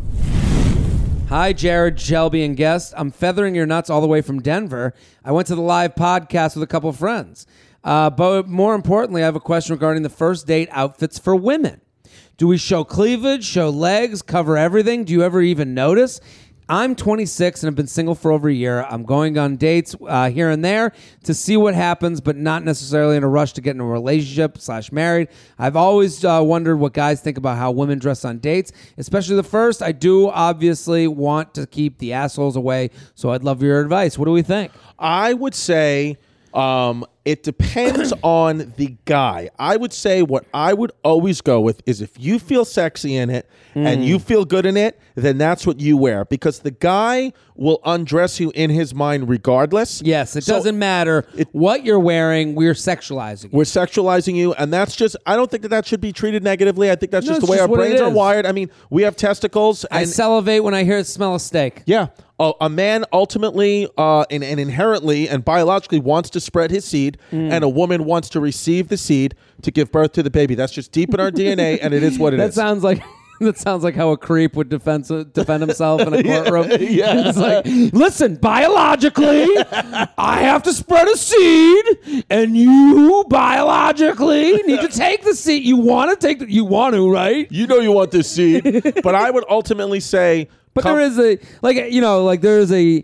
Hi, Jared, Shelby, and guest. I'm feathering your nuts all the way from Denver. I went to the live podcast with a couple friends. Uh, but more importantly, I have a question regarding the first date outfits for women. Do we show cleavage, show legs, cover everything? Do you ever even notice? I'm 26 and have been single for over a year. I'm going on dates uh, here and there to see what happens, but not necessarily in a rush to get in a relationship slash married. I've always uh, wondered what guys think about how women dress on dates, especially the first. I do obviously want to keep the assholes away, so I'd love your advice. What do we think? I would say um, It depends on the guy. I would say what I would always go with is if you feel sexy in it and you feel good in it, then that's what you wear because the guy will undress you in his mind regardless. Yes, it So doesn't matter what you're wearing. We're sexualizing. you. We're sexualizing you, and that's just. I don't think that that should be treated negatively. I think that's No, just it's the way just our what it brains are is. wired. I mean, we have testicles. And I salivate when I hear it smell a steak. Yeah. A, a man ultimately uh, and, and inherently and biologically wants to spread his seed, Hmm. and a woman wants to receive the seed to give birth to the baby. That's just deep in our DNA, and it is what it That is. sounds like that sounds like how a creep would defend defend himself in a courtroom. yeah, it's like, listen, biologically, I have to spread a seed, and you biologically need to take the seed. You want to take, the, you want to, right? you know you want this seed, but I would ultimately say, But com- there is a like you know like there is a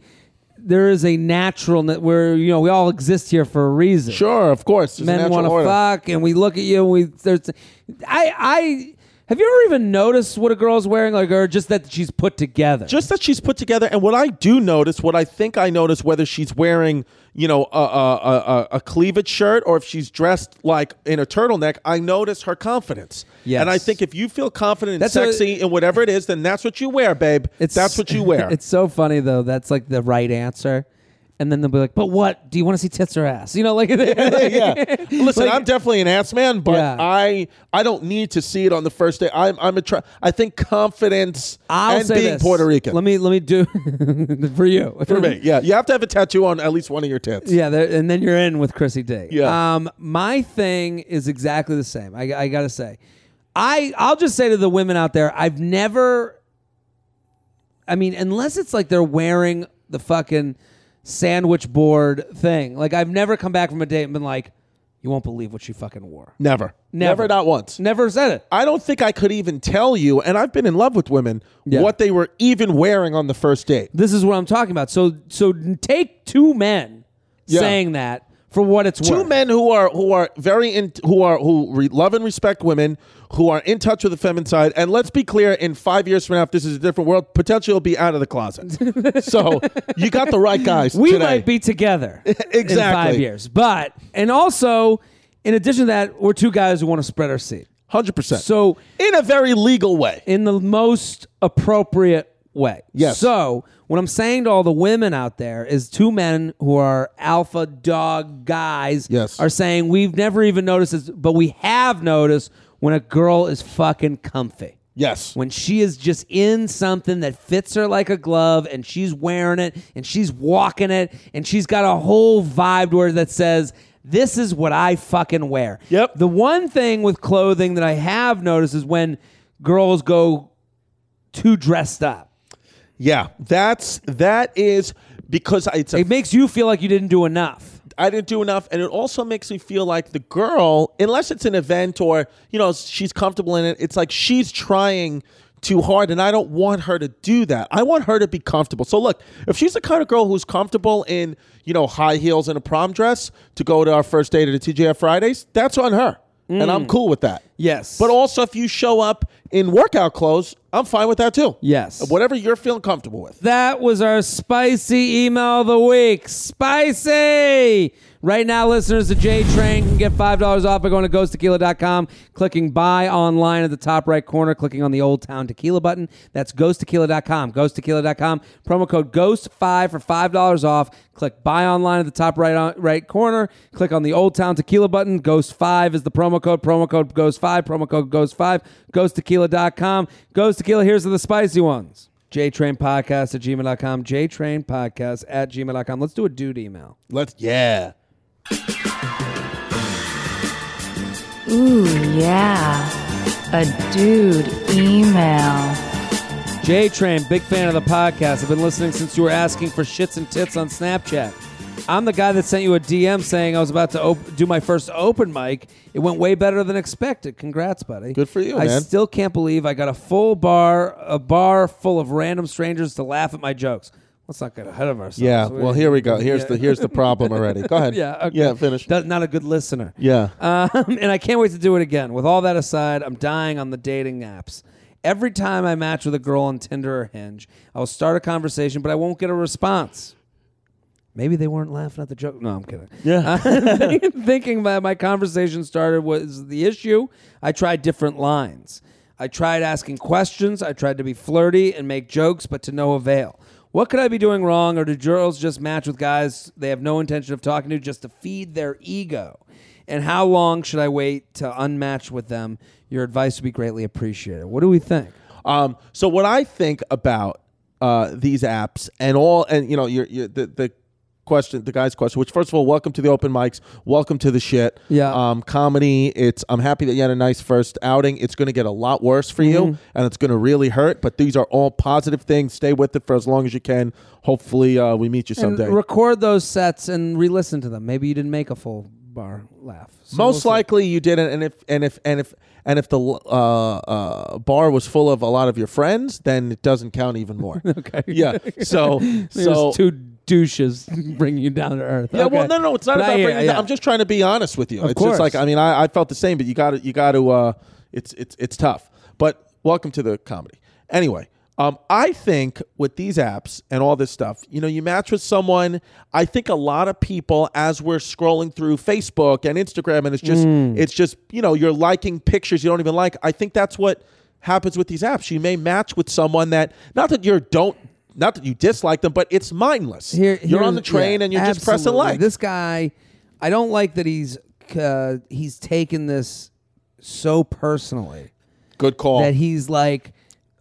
there is a natural where you know we all exist here for a reason. sure, of course, there's a men natural want to order. fuck, and we look at you, and we there's, I I have you ever even noticed what a girl's wearing, like or just that she's put together? just that she's put together and what i do notice what i think i notice whether she's wearing you know a, a, a- a, a cleavage shirt or if she's dressed like in a turtleneck i notice her confidence Yes. and i think if you feel confident and That's a- sexy in whatever it is then that's what you wear babe that's what you wear It's so funny though. That's like the right answer, and then they'll be like, "But what? Do you want to see tits or ass?" You know, like yeah. Listen, Like- I'm definitely an ass man, but Yeah. I I don't need to see it on the first day. I'm I'm a try. I think confidence I'll and say being this. Puerto Rican Let me let me do for you for me. Yeah, you have to have a tattoo on at least one of your tits. Yeah, there, and then you're in with Chrissy D. Yeah. Um, my thing is exactly the same. I, I gotta say, I I'll just say to the women out there, I've never. I mean, unless it's like they're wearing the fucking sandwich board thing. Like I've never come back from a date and been like, "You won't believe what she fucking wore." Never. Never. Never not once. Never said it. I don't think I could even tell you, and I've been in love with women, Yeah. what they were even wearing on the first date. This is what I'm talking about. So so take two men Yeah. saying that for what it's Two worth. men who are who are very in, who are who re, love and respect women, who are in touch with the feminine side, and let's be clear: in five years from now, if this is a different world, potentially will be out of the closet. so you got the right guys. we today. might be together in Exactly. five years. But and also, in addition to that, we're two guys who want to spread our seed. hundred percent. So in a very legal way, in the most appropriate way. Yes. So what I'm saying to all the women out there is two men who are alpha dog guys Yes. are saying we've never even noticed this, but we have noticed when a girl is fucking comfy yes. when she is just in something that fits her like a glove and she's wearing it and she's walking it and she's got a whole vibe to her that says this is what I fucking wear. Yep. The one thing with clothing that I have noticed is when girls go too dressed up. yeah, that's that is because it's a It makes you feel like you didn't do enough. I didn't do enough, and it also makes me feel like the girl, unless it's an event or you know she's comfortable in it, it's like she's trying too hard, and I don't want her to do that. I want her to be comfortable. So look, if she's the kind of girl who's comfortable in you know high heels and a prom dress to go to our first date at the TGF Fridays, that's on her, and I'm cool with that. Yes. But also, if you show up in workout clothes, I'm fine with that too. Yes. Whatever you're feeling comfortable with. That was our spicy email of the week. Spicy! Right now, listeners to J Train can get $5 off by going to ghosttequila.com, clicking buy online at the top right corner, clicking on the Old Town Tequila button. That's ghosttequila.com. Ghosttequila.com. Promo code GHOST5 for $5 off. Click buy online at the top right, on, right corner, click on the Old Town Tequila button. GHOST5 is the promo code. Promo code GHOST5. Promo code GHOST5. Ghosttequila.com. Ghost Tequila, here's to the spicy ones. JTrain Podcast at gmail.com. JTrain Podcast at gmail.com. Let's do a dude email. Let's yeah. Ooh, yeah. A dude email. JTrain, big fan of the podcast. I've been listening since you were asking for shits and tits on Snapchat. I'm the guy that sent you a DM saying I was about to op- do my first open mic. It went way better than expected. Congrats, buddy. Good for you, I man. still can't believe I got a full bar, a bar full of random strangers to laugh at my jokes. Let's not get ahead of ourselves. Yeah. Well, here we go. Here's the here's the problem already. Go ahead. Yeah. okay. Yeah. Finish. That- Not a good listener. Yeah. Um, and I can't wait to do it again. With all that aside, I'm dying on the dating apps. Every time I match with a girl on Tinder or Hinge, I'll start a conversation, but I won't get a response. Maybe they weren't laughing at the joke. No, I'm kidding. Yeah. Thinking that my conversation starter was the issue, I tried different lines. I tried asking questions. I tried to be flirty and make jokes, but to no avail. What could I be doing wrong, or do girls just match with guys they have no intention of talking to just to feed their ego? And how long should I wait to unmatch with them? Your advice would be greatly appreciated. What do we think? Um, so what I think about uh, these apps and all, and you know, your, your the, the question, the guy's question. Which first of all, welcome to the open mics. Welcome to the shit. Yeah. Um, comedy. It's. I'm happy that you had a nice first outing. It's going to get a lot worse for you, Mm-hmm. and it's going to really hurt. But these are all positive things. Stay with it for as long as you can. Hopefully, uh, we meet you And someday. record those sets and re-listen to them. Maybe you didn't make a full bar laugh. So Most we'll see. likely you didn't, and if and if and if and if the uh, uh, bar was full of a lot of your friends, then it doesn't count even more. okay. Yeah. So so There's two douches bringing you down to earth. yeah. Well, Okay. no, no, it's not But I about hear bringing. ya, it down. yeah. I'm just trying to be honest with you. Of it's course. just like I mean, I, I felt the same, but you got to you got to. Uh, it's it's it's tough. But welcome to the comedy. Anyway. Um, I think with these apps and all this stuff, you know, you match with someone. I think a lot of people, as we're scrolling through Facebook and Instagram, and it's just, Mm. it's just, you know, you're liking pictures you don't even like. I think that's what happens with these apps. You may match with someone that, not that you don't, not that you dislike them, but it's mindless. Here- you're here's- on the train yeah, and you're just pressing absolutely. like. This guy, I don't like that he's uh, he's taken this so personally Good call. that he's like,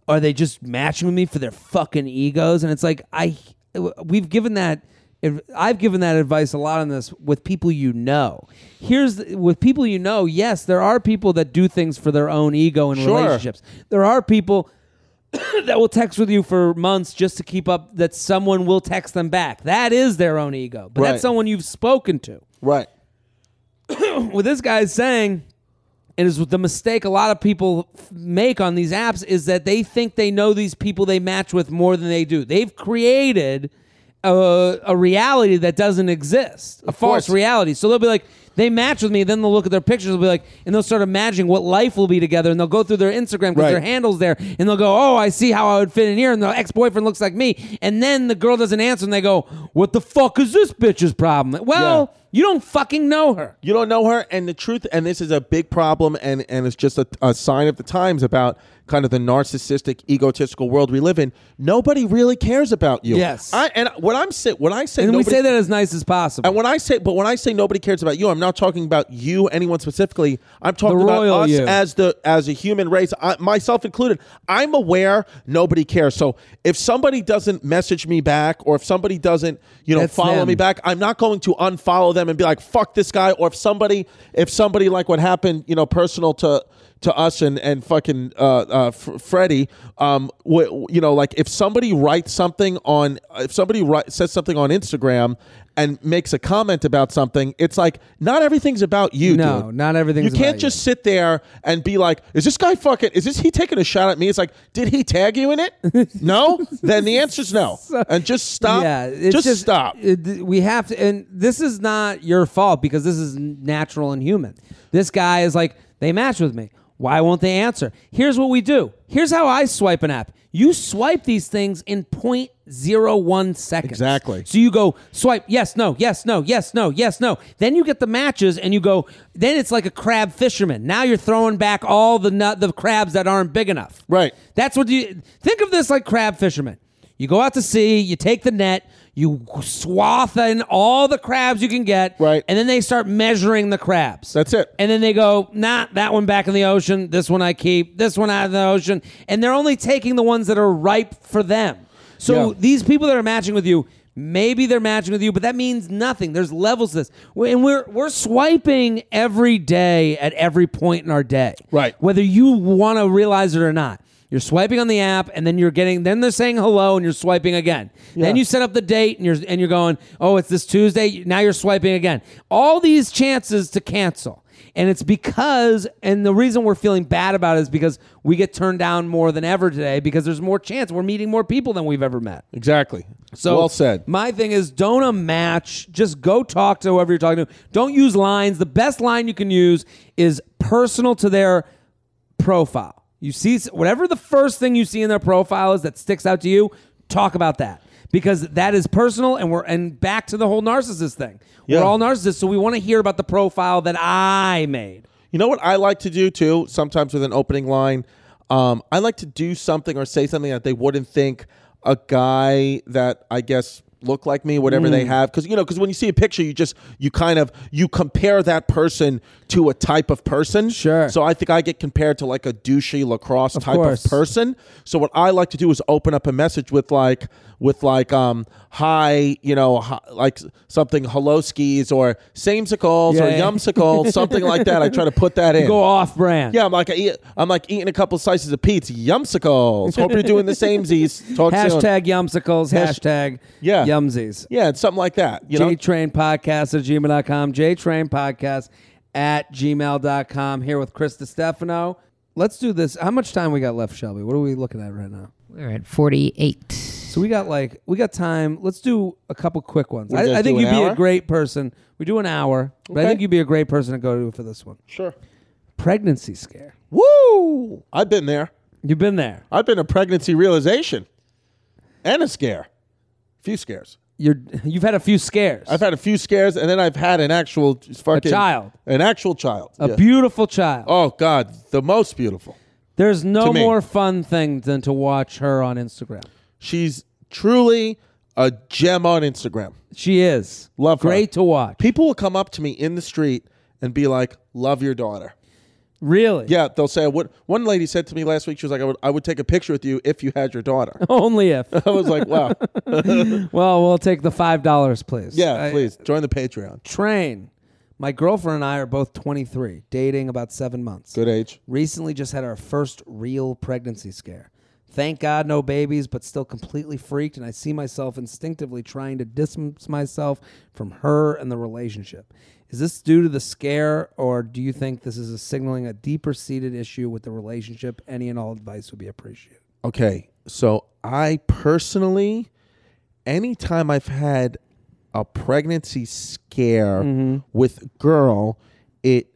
are they just matching with me for their fucking egos? And it's like I, we've given that. if- I've given that advice a lot on this with people you know. Here's the, with people you know. Yes, there are people that do things for their own ego in Sure. relationships. There are people that will text with you for months just to keep up that someone will text them back. That is their own ego. But Right. that's someone you've spoken to. right. What this guy is saying and is the mistake a lot of people f- make on these apps is that they think they know these people they match with more than they do. They've created a, a reality that doesn't exist, a false course. reality. So they'll be like, they match with me, then they'll look at their pictures, they'll be like, and they'll start imagining what life will be together, and they'll go through their Instagram because Right. their handles there, and they'll go, oh, I see how I would fit in here, and the ex boyfriend looks like me, and then the girl doesn't answer, and they go, what the fuck is this bitch's problem? Well, you don't fucking know her. You don't know her, and the truth, and this is a big problem, and and it's just a, a sign of the times about kind of the narcissistic, egotistical world we live in. Nobody really cares about you. Yes. I, and what I'm say, what I say, And we nobody- say that as nice as possible. And when I say, but when I say nobody cares about you, I'm not talking about you, anyone specifically. I'm talking The about royal us you. as the as a human race, I, myself included. I'm aware nobody cares. So if somebody doesn't message me back, or if somebody doesn't, you know, That's follow them. me back, I'm not going to unfollow them and be like, fuck this guy. Or if somebody, if somebody like what happened, you know, personal to to us and and fucking uh, uh, F- Freddie, um, w- w- you know, like if somebody writes something on, if somebody write, says something on Instagram and makes a comment about something, it's like not everything's about you. No, dude. not everything's You can't about you. just sit there and be like, is this guy fucking? Is this he taking a shot at me? It's like, did he tag you in it? no. Then the answer's no. and just stop. Yeah, it's just, stop. it- we have to, and this is not your fault because this is natural and human. This guy is like, they match with me. Why won't they answer? Here's what we do. Here's how I swipe an app. You swipe these things in 0.01 seconds. Exactly. So you go swipe, yes, no, yes, no, yes, no, yes, no. Then you get the matches and you go, then it's like a crab fisherman. Now you're throwing back all the nut, the crabs that aren't big enough. Right. That's what you think of this like crab fishermen. You go out to sea, you take the net, you swath in all the crabs you can get, Right. And then they start measuring the crabs. That's it. And then they go, nah, that one back in the ocean, this one I keep, this one out of the ocean, and they're only taking the ones that are ripe for them. So Yeah. these people that are matching with you, maybe they're matching with you, but that means nothing. There's levels to this, and we're we're swiping every day at every point in our day, Right. Whether you want to realize it or not. You're swiping on the app, and then you're getting. Then they're saying hello, and you're swiping again. Then Yeah. you set up the date, and you're and you're going, oh, it's this Tuesday. Now you're swiping again. All these chances to cancel, and it's because, and the reason we're feeling bad about it is because we get turned down more than ever today because there's more chance. We're meeting more people than we've ever met. Exactly. So well said. My thing is don't a match. Just go talk to whoever you're talking to. Don't use lines. The best line you can use is personal to their profile. You see whatever the first thing you see in their profile is that sticks out to you, talk about that. because that is personal and we're and back to the whole narcissist thing. Yeah. We're all narcissists, so we want to hear about the profile that I made. You know what I like to do too, sometimes with an opening line? Um, I like to do something or say something that they wouldn't think a guy that I guess look like me, whatever Mm. they have. Cause you know, cause when you see a picture, you just, you kind of, you compare that person to a type of person. Sure. So I think I get compared to like a douchey lacrosse type course. of person. So what I like to do is open up a message with like, with like, um, hi, you know, hi, like something hello skis or samesicles or Yeah, yeah. yumsicles, something like that. I try to put that in. Go off brand. Yeah, I'm like I eat, I'm like eating a couple slices of pizza. Yumsicles. Hope you're doing the same. Z's. Talk soon. Hashtag yumsicles, Hash- hashtag Yeah. yumsies. Yeah, it's something like that. You know. JTrain Podcast at gmail.com. JTrain Podcast at gmail.com. Here with Chris Stefano. Let's do this. How much time we got left, Shelby? What are we looking at right now? We're at 48. So we got like we got time. Let's do a couple quick ones. guys I, I think do you'd an be hour? a great person. We do an hour, but I Okay. think you'd be a great person to go to for this one. Sure. Pregnancy scare. Woo! I've been there. You've been there. I've been a pregnancy realization, and a scare. few scares. You're you've had a few scares. I've had a few scares, and then I've had an actual fucking child. An actual child. a Yeah. beautiful child. oh God, the most beautiful. There's to no me. more fun thing than to watch her on Instagram. She's truly a gem on Instagram. She is Love her. Great to watch. People will come up to me in the street and be like, "Love your daughter." Really? Yeah, they'll say, "What?" One lady said to me last week, she was like, "I would, I would take a picture with you if you had your daughter." Only if. I was like, "Wow, well, we'll take the five dollars, please. yeah, I- please join the Patreon." Train. My girlfriend and I are both 23, dating about seven months. Good age. Recently, just had our first real pregnancy scare. Thank God, no babies, but still completely freaked, and I see myself instinctively trying to distance myself from her and the relationship. Is this due to the scare, or do you think this is a signaling a deeper seated issue with the relationship? Any and all advice would be appreciated. Okay, so I personally, anytime I've had a pregnancy scare with a girl, it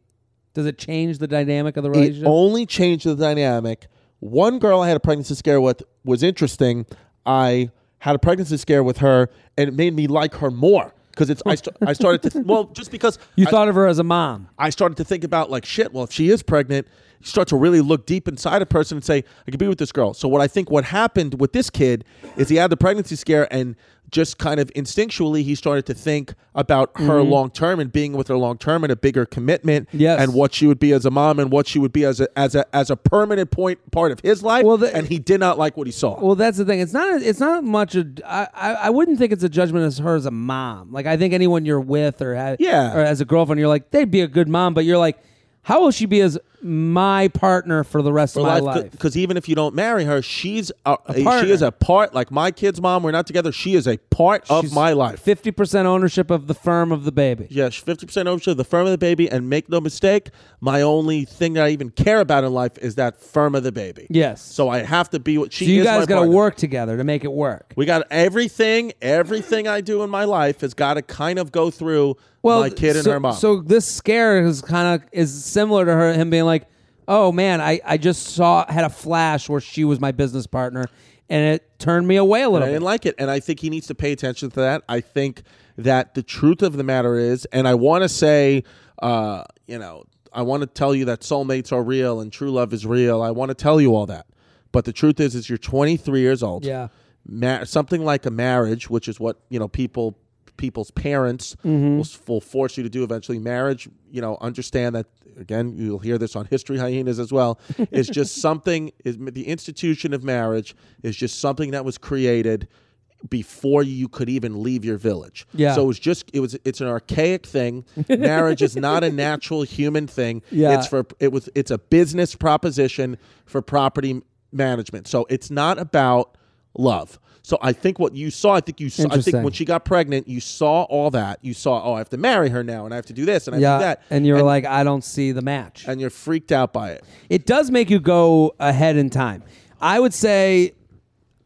Does it change the dynamic of the it relationship? only changed the dynamic. One girl I had a pregnancy scare with was interesting. I had a pregnancy scare with her, and it made me like her more because it's I, st- I started to well just because you I- thought of her as a mom. I started to think about like shit. Well, if she is pregnant, you start to really look deep inside a person and say, I could be with this girl. So what I think what happened with this kid is he had the pregnancy scare and just kind of instinctually he started to think about her long term and being with her long term and a bigger commitment Mm-hmm. Yes. and what she would be as a mom and what she would be as a as a as a permanent point part of his life. Well, the- and he did not like what he saw. Well, that's the thing. It's not. It's not much. A, I, I I wouldn't think it's a judgment as her as a mom. Like I think anyone you're with or ha- Yeah. or as a girlfriend, you're like they'd be a good mom, but you're like, how will she be as my partner for the rest of my life? Because even if you don't marry her, she's a, she partner. is a part. Like my kid's mom, we're not together. She is a part of my life. Fifty percent ownership of the firm of the baby. Yes, fifty percent ownership of the firm of the baby, and make no mistake, my only thing that I even care about in life is that firm of the baby. Yes. So I have to be what she. so you is guys my got to partner. work together to make it work. We got everything. Everything I do in my life has got to kind of go through my kid and so, her mom. So this scare is kind of is similar to her him being like, "Oh man, I I just saw had a flash where she was my business partner, and it turned me away a And little I bit." didn't like it, and I think he needs to pay attention to that. I think that the truth of the matter is, and I want to say, uh, you know, I want to tell you that soulmates are real and true love is real. I want to tell you all that, but the truth is, is you're 23 years old. Yeah. Ma- something like a marriage, which is what you know people people's parents will, s- will force you to do eventually. Marriage, you know, understand that again. You'll hear this on History Hyenas as well. is just something. Is the institution of marriage is just something that was created before you could even leave your village. Yeah. So it was just it was it's an archaic thing. marriage is not a natural human thing. Yeah. It's for it was it's a business proposition for property management. So it's not about love. So I think what you saw, I think you saw, I think Interesting. when she got pregnant, you saw all that. You saw, oh, I have to marry her now, and I have to do this, and I yeah, have to do that, and you're like, I don't see the match. and you're freaked out by it. it does make you go ahead in time. I would say,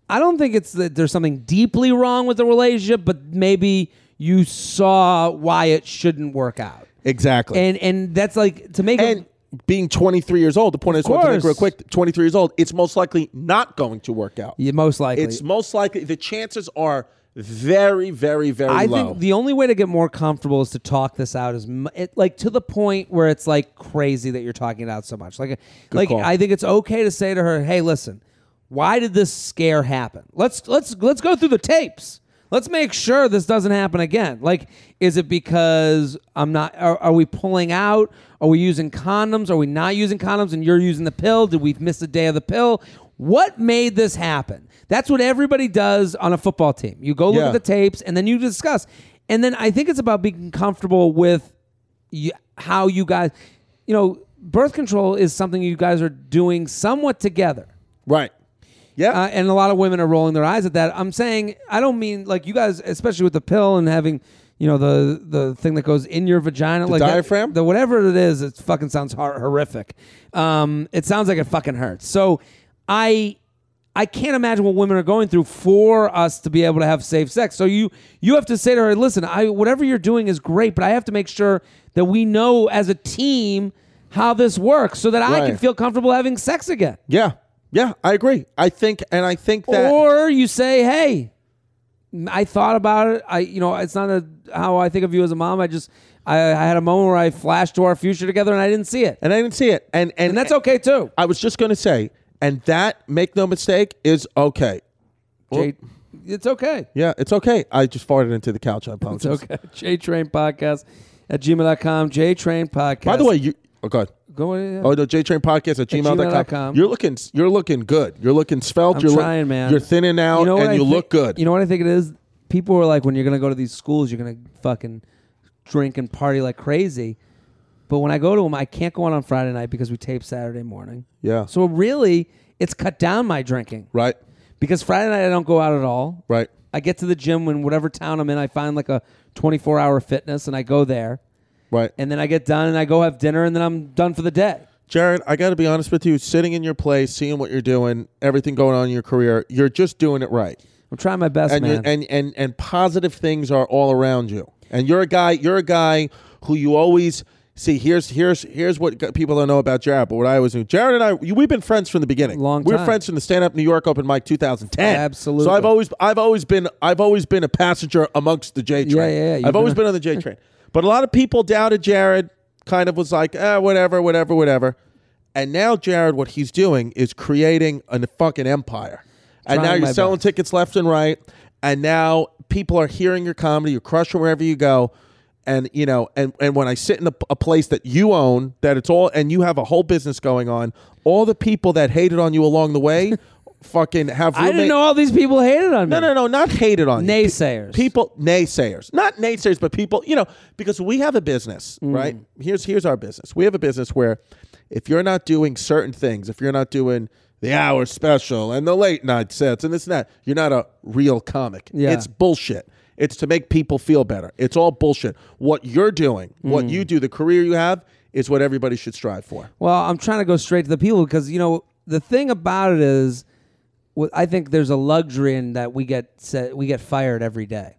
I don't think it's that there's something deeply wrong with the relationship, but maybe you saw why it shouldn't work out, Exactly. and and that's like to make and a, being 23 years old, the point is, I want to make real course. quick, 23 years old, it's most likely not going to work out. Yeah, most likely. It's most likely the chances are very, very, very I low. think the only way to get more comfortable is to talk this out as mu- it, like to the point where it's like crazy that you're talking it out so much. Like, like call. I think it's okay to say to her, "Hey, listen, why did this scare happen? Let's let's let's go through the tapes. Let's make sure this doesn't happen again. Like, is it because I'm not? Are, are we pulling out? Are we using condoms? Are we not using condoms? And you're using the pill? Did we miss a day of the pill? What made this happen? That's what everybody does on a football team. You go look Yeah. at the tapes and then you discuss. And then I think it's about being comfortable with you, how you guys, you know, birth control is something you guys are doing somewhat together. right. Yeah. Uh, and a lot of women are rolling their eyes at that. I'm saying I don't mean like you guys, especially with the pill and having you know the the thing that goes in your vagina, like that- diaphragm? the whatever it is. It fucking sounds hor- horrific. Um, it sounds like it fucking hurts. So I I can't imagine what women are going through for us to be able to have safe sex. So you you have to say to her, listen, I whatever you're doing is great, but I have to make sure that we know as a team how this works so that I can Right. feel comfortable having sex again. yeah. Yeah. I agree. I think, and I think that. Or you say, "Hey, I thought about it. I, you know, it's not a, how I think of you as a mom. I just, I, I had a moment where I flashed to our future together, and I didn't see it, and I didn't see it. And and, and that's okay too." I was just going to say, and that make no mistake is okay. Jay, it's okay. Yeah, it's okay. I just farted into the couch. I It's apologize. okay. J Train Podcast at gmail.com. J Train Podcast. By the way, you oh god. go ahead. Oh no, JTrain Podcast at gmail.com. gmail.com. You're looking you're looking good. You're looking svelte. I'm you're look- trying, man. You're thinning out what and I you thi- look good. You know what I think it is? People were like, when you're gonna go to these schools, you're gonna fucking drink and party like crazy. But when I go to them, I can't go on on Friday night because we tape Saturday morning. Yeah. So really, it's cut down my drinking right. because Friday night I don't go out at all. Right. I get to the gym when whatever town I'm in, I find like a 24 hour fitness and I go there, Right. and then I get done and I go have dinner and then I'm done for the day. Jared, I got to be honest with you. Sitting in your place, seeing what you're doing, everything going on in your career, you're just doing it right. I'm trying my best, and man. you're, and and and positive things are all around you. And you're a guy. You're a guy who you always see. Here's here's here's what g- people don't know about Jared, but what I always knew. Jared and I, you- we've been friends from the beginning. Long We We're time. friends from the Stand Up New York Open Mic 2010. Absolutely. So I've always I've always been I've always been a passenger amongst the J train. Yeah, yeah, yeah. You've I've always been been on the J train. But a lot of people doubted Jared. Kind of was like, eh, whatever, whatever, whatever. And now Jared, what he's doing is creating a fucking empire. And Trying now my you're selling best. tickets left and right and now people are hearing your comedy you're crushing wherever you go and you know and and when i sit in a, a place that you own that it's all and you have a whole business going on all the people that hated on you along the way fucking have I didn't roommate- know all these people hated on me. no no no not hated on you. Naysayers. people naysayers not naysayers but people you know because we have a business Mm. right here's here's our business we have a business where if you're not doing certain things if you're not doing the hour special and the late night sets and this and that you're not a real comic Yeah. it's bullshit it's to make people feel better it's all bullshit what you're doing Mm. what you do the career you have is what everybody should strive for Well, I'm trying to go straight to the people because you know the thing about it is, wh- I think there's a luxury in that we get set, we get fired every day.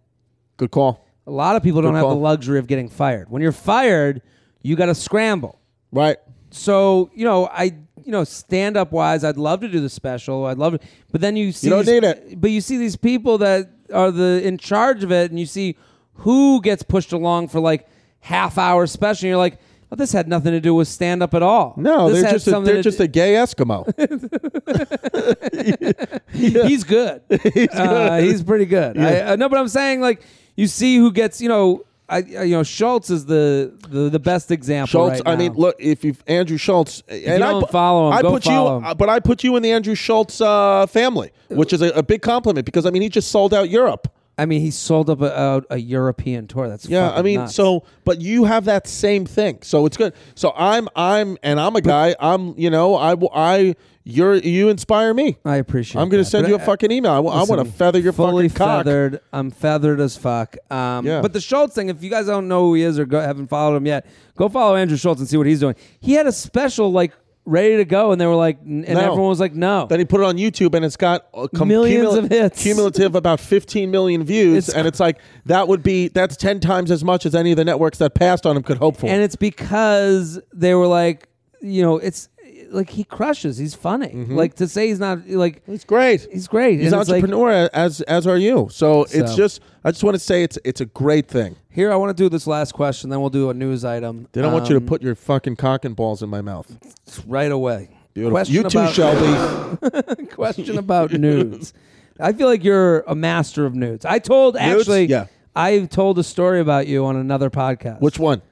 good call A lot of people don't have call. the luxury of getting fired. When you're fired, you got to scramble. right So you know, I you know, stand up wise, I'd love to do the special. I'd love, to, but then you see, don't these- need it. But you see these people that are the in charge of it, and you see who gets pushed along for like half hour special. And you're like, well, this had nothing to do with stand up at all. no this they're had just a, something they're to just do- a gay eskimo he's good. he's, Uh, he's pretty good. I, uh, no, but I'm saying like you see who gets you know. I, I- you know Schultz is the the, the best example. Schultz. right I mean, now. look, if you Andrew Schultz, and I don't put- follow him, I go put follow you, him. uh, but I put you in the Andrew Schultz uh, family, which is a, a big compliment because I mean he just sold out Europe. I mean, he sold up a, a, a European tour. That's Yeah, fucking I mean, nuts. so but you have that same thing, so it's good. So I'm, I'm, and I'm a guy. I'm, you know, I, w- I, you're, you inspire me. I appreciate. I'm going that. to send But you a I- fucking email. I, w- I listen, want to feather your fully fucking cock. feathered. I'm feathered as fuck. Um, Yeah. But the Schultz thing, if you guys don't know who he is or go, haven't followed him yet, go follow Andrew Schultz and see what he's doing. He had a special like ready to go, and they were like, and No. everyone was like, no. Then he put it on YouTube, and it's got a cum- Millions of hits. cumulative about 15 million views, It's and it's like that would be that's 10 times as much as any of the networks that passed on him could hope for. And it's because they were like, you know, it's like he crushes. He's funny. Like to say he's not like Mm-hmm. He's great. he's great. He's an and it's like- entrepreneur as as are you. So, it's So. just I just want to say it's it's a great thing. Here, I want to do this last question, then we'll do a news item. They don't want you to Um, put your fucking cock and balls in my mouth. right away. Beautiful. Question you too, about, Shelby. Question about nudes. I feel like you're a master of nudes. I told actually, Yeah. I told a story about you on another podcast. Which one?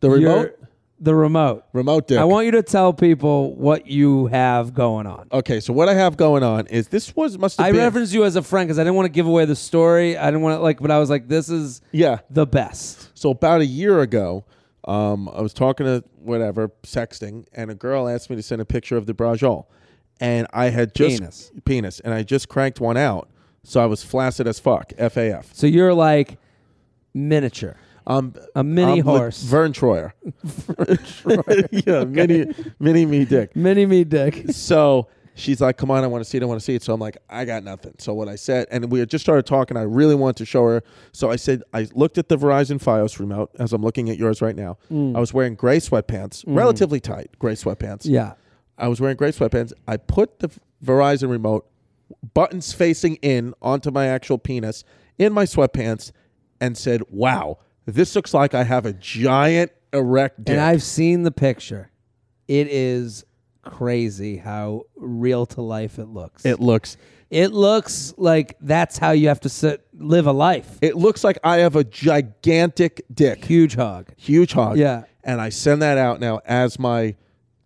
The Your- remote. The remote. Remote dick. I want you to tell people what you have going on. Okay, so what I have going on is this was must have I been referenced you as a friend because I didn't want to give away the story. I didn't want to like, but I was like, this is yeah. the best. So about a year ago, um, I was talking to whatever sexting, and a girl asked me to send a picture of the brajol, and I had just Penis. penis, and I just cranked one out, so I was flaccid as fuck, faf. So you're like miniature, Um, a mini I'm le- horse, Vern Troyer. yeah, mini mini me dick. mini me dick. So she's like, "Come on, I want to see it. I want to see it." So I'm like, "I got nothing." So what I said, and we had just started talking. I really wanted to show her. So I said, I looked at the Verizon FiOS remote as I'm looking at yours right now. Mm. I was wearing gray sweatpants, relatively tight gray sweatpants. yeah. I was wearing gray sweatpants. I put the Verizon remote buttons facing in onto my actual penis in my sweatpants and said, "Wow, this looks like I have a giant erect dick." And I've seen the picture. It is crazy how real to life it looks. it looks It looks like that's how you have to sit, live a life. it looks like I have a gigantic dick. Huge hog. huge hog. Yeah. And I send that out now as my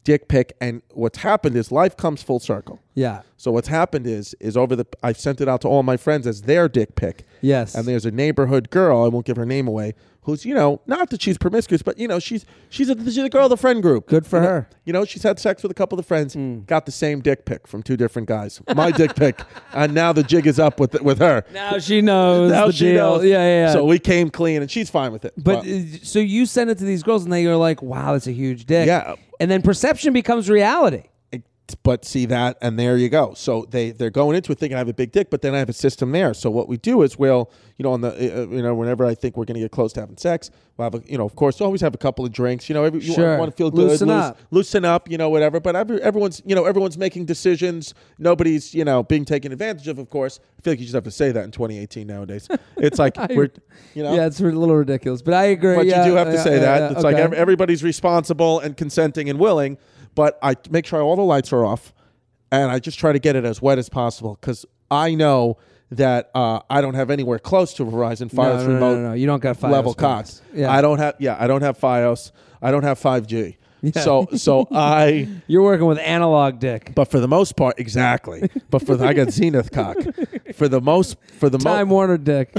dick pic. And what's happened is life comes full circle. Yeah. So what's happened is is over the I've sent it out to all my friends as their dick pic. Yes. And there's a neighborhood girl, I won't give her name away, who's, you know, not that she's promiscuous, but you know, she's she's a she's a girl of the friend group. Good for You know- her. Mm. You know, she's had sex with a couple of friends, got the same dick pic from two different guys. My dick pic. And now the jig is up with with her. Now she knows Now the she deal. knows. Yeah, yeah, yeah. So we came clean and she's fine with it. but uh, so you send it to these girls and they are like, "Wow, that's a huge dick." Yeah. And then perception becomes reality. It- but see that and there you go so they they're going into it thinking i have a big dick but then i have a system there so what we do is we'll you know on the uh, uh, you know whenever i think we're going to get close to having sex we'll have a you know of course always have a couple of drinks you know every, you Sure. want to feel good Loosen loose- up. loosen up you know whatever but every, everyone's you know everyone's making decisions nobody's you know being taken advantage of of course i feel like you just have to say that in 2018 nowadays it's like we're you know Yeah, it's a little ridiculous, but I agree. but yeah, you do have to yeah, say yeah, that. yeah, it's like okay. ev- everybody's responsible and consenting and willing, but I t- make sure all the lights are off and I just try to get it as wet as possible because I know that uh, I don't have anywhere close to Verizon no, FiOS no, no, remote no, no, you don't got five level cocks. Yeah. I don't have yeah, I don't have FiOS. I don't have 5G. So so I You're working with analog dick. but for the most part exactly. But for the, I got Zenith cock. For the most for the most Time Warner dick.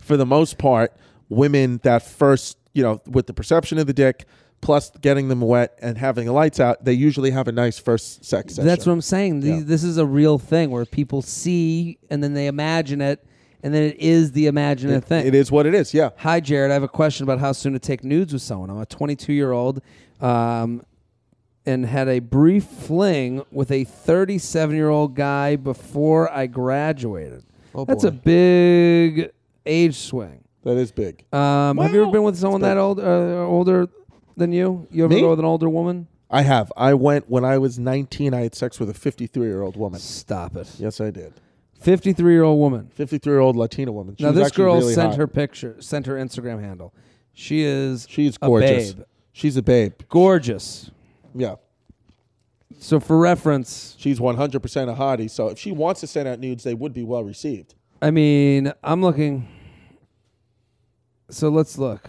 for the most part, women that first, you know, with the perception of the dick, plus getting them wet and having the lights out, they usually have a nice first sex session. That's what I'm saying. The- Yeah. This is a real thing where people see and then they imagine it, and then it is the imaginative thing. It is what it is. Yeah. Hi, Jared. I have a question about how soon to take nudes with someone. I'm a 22 year old um, and had a brief fling with a 37 year old guy before I graduated. Oh, That's boy. a big age swing. That is big. Um, Have you ever Wow. been with someone that old, uh, older than you? You ever Me? go with an older woman? I have. I went when I was 19, I had sex with a 53 year old woman. Stop it. Yes, I did. 53 year old woman. 53 year old Latina woman. She now was this actually girl really sent hot. her picture, sent her Instagram handle. She is She's a gorgeous. babe. She's a babe. gorgeous. Yeah. So for reference, She's 100% a hottie. So if she wants to send out nudes, they would be well received. I mean, I'm looking. So let's look.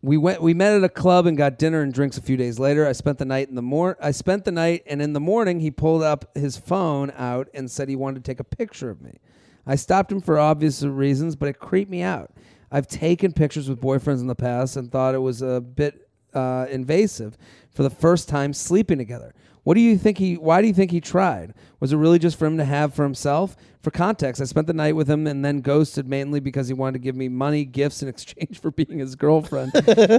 We went. We met at a club and got dinner and drinks a few days later. I spent the night in the mor. I spent the night, and in the morning, he pulled up his phone out and said he wanted to take a picture of me. I stopped him for obvious reasons, but it creeped me out. I've taken pictures with boyfriends in the past and thought it was a bit uh, invasive. For the first time, sleeping together. What do you think he? Why do you think he tried? Was it really just for him to have for himself? For context, I spent the night with him and then ghosted mainly because he wanted to give me money, gifts in exchange for being his girlfriend,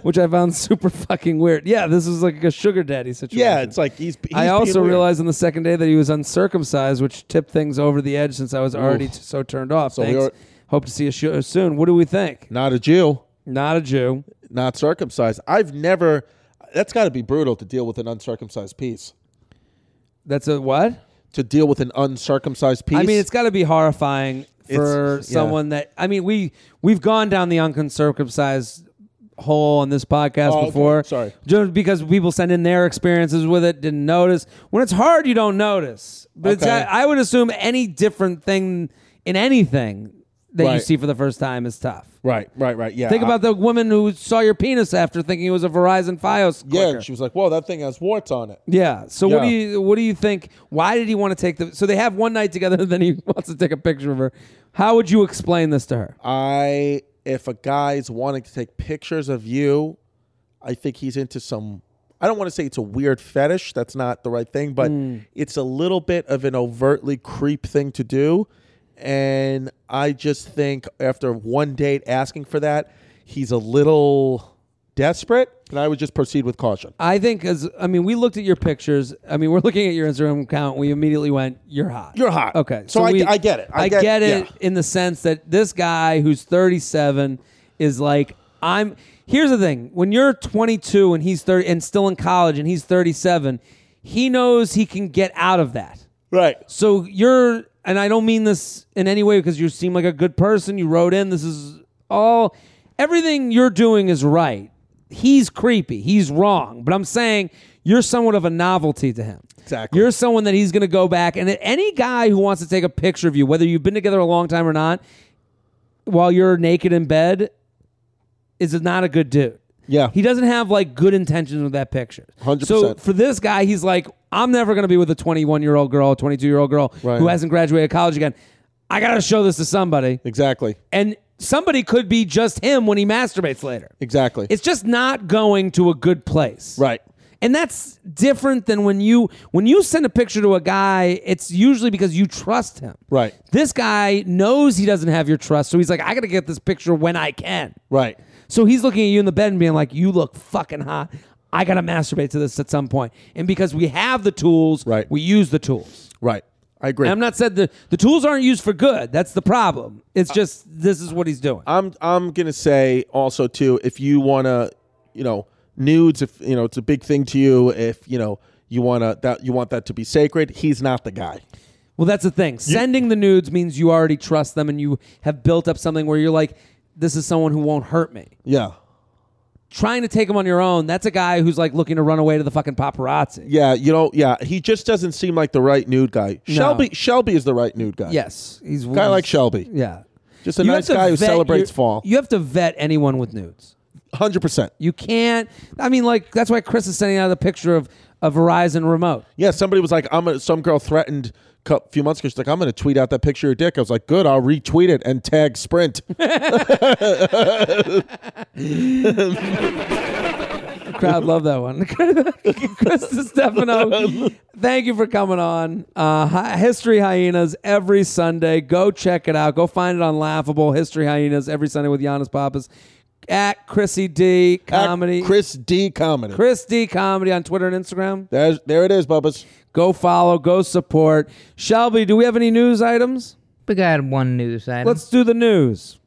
which I found super fucking weird. Yeah, this is like a sugar daddy situation. Yeah, it's like he's. he's I being also weird. realized on the second day that he was uncircumcised, which tipped things over the edge since I was already t- so turned off. we Thanks. are- Hope to see you sh- soon. What do we think? Not a Jew. Not a Jew. not circumcised. I've never That's got to be brutal to deal with an uncircumcised piece. That's a what? To deal with an uncircumcised piece. I mean, it's got to be horrifying for It's- yeah. someone that I mean we we've gone down the uncircumcised hole on this podcast Oh, okay. before. Sorry. just because people send in their experiences with it, didn't notice. When it's hard, you don't notice. But it's, Okay. I, I would assume any different thing in anything that you Right. see for the first time is tough. right, right, right. Yeah. Think I- about the woman who saw your penis after thinking it was a Verizon FiOS. Yeah, clicker. and she was like, "Whoa, that thing has warts on it." Yeah. So what do Yeah. you what do you think? Why did he want to take the? So they have one night together, and then he wants to take a picture of her. How would you explain this to her? I, if a guy's wanting to take pictures of you, I think he's into some. I don't want to say it's a weird fetish. That's not the right thing, but Hmm. it's a little bit of an overtly creep thing to do. And I just think after one date asking for that, he's a little desperate, and I would just proceed with caution. I think as I mean, we looked at your pictures. I mean, we're looking at your Instagram account. We immediately went, "You're hot. You're hot. Okay. So I- we- I get it. I get, get- it yeah. in the sense that this guy who's 37 is like, I'm. Here's the thing: when you're 22 and he's 30 and still in college and he's 37, he knows he can get out of that. Right. So you're, and I don't mean this in any way because you seem like a good person. You wrote in. This is all, everything you're doing is right. He's creepy. He's wrong. But I'm saying you're somewhat of a novelty to him. Exactly. You're someone that he's going to go back. And any guy who wants to take a picture of you, whether you've been together a long time or not, while you're naked in bed, is not a good dude. Yeah. He doesn't have like good intentions with that picture. 100%. So for this guy, he's like, I'm never going to be with a 21 year old girl, 22 year old girl Right. who hasn't graduated college again. I got to show this to somebody. Exactly. And somebody could be just him when he masturbates later. Exactly. It's just not going to a good place. right. And that's different than when you when you send a picture to a guy, it's usually because you trust him. Right. This guy knows he doesn't have your trust, so he's like, I gotta get this picture when I can. Right. So he's looking at you in the bed and being like, "You look fucking hot. I gotta masturbate to this at some point." And because we have the tools, Right. we use the tools. Right. I agree. And I'm not said the the tools aren't used for good. That's the problem. It's just this is what he's doing. I'm I'm gonna say also too, if you wanna, you know, nudes, if you know it's a big thing to you, if you know you wanna that you want that to be sacred, he's not the guy. Well, that's the thing. Sending the nudes means you already trust them and you have built up something where you're like, "This is someone who won't hurt me." Yeah. Trying to take them on your own, that's a guy who's like looking to run away to the fucking paparazzi. Yeah, you know, yeah. He just doesn't seem like the right nude guy. No. Shelby Shelby is the right nude guy. Yes, he's Guy like Shelby. Yeah, Just a You nice have to guy who vet celebrates your- fall. You have to vet anyone with nudes. Hundred percent. You can't. I mean, like that's why Chris is sending out the picture of a Verizon remote. Yeah, somebody was like, I'm gonna some girl threatened a few months ago, she's like, I'm gonna tweet out that picture of your dick. I was like, Good, I'll retweet it and tag Sprint. The crowd love that one. Chris Stefano, thank you for coming on. Uh, Hi- History Hyenas every Sunday. Go check it out. Go find it on Laughable. History Hyenas every Sunday with Giannis Papas at Chrissy D At Comedy. Chris D comedy. Chris D Comedy on Twitter and Instagram. There's, there it is, Bubba's. Go follow. Go support. Shelby, do we have any news items? We got one news item. Let's do the news.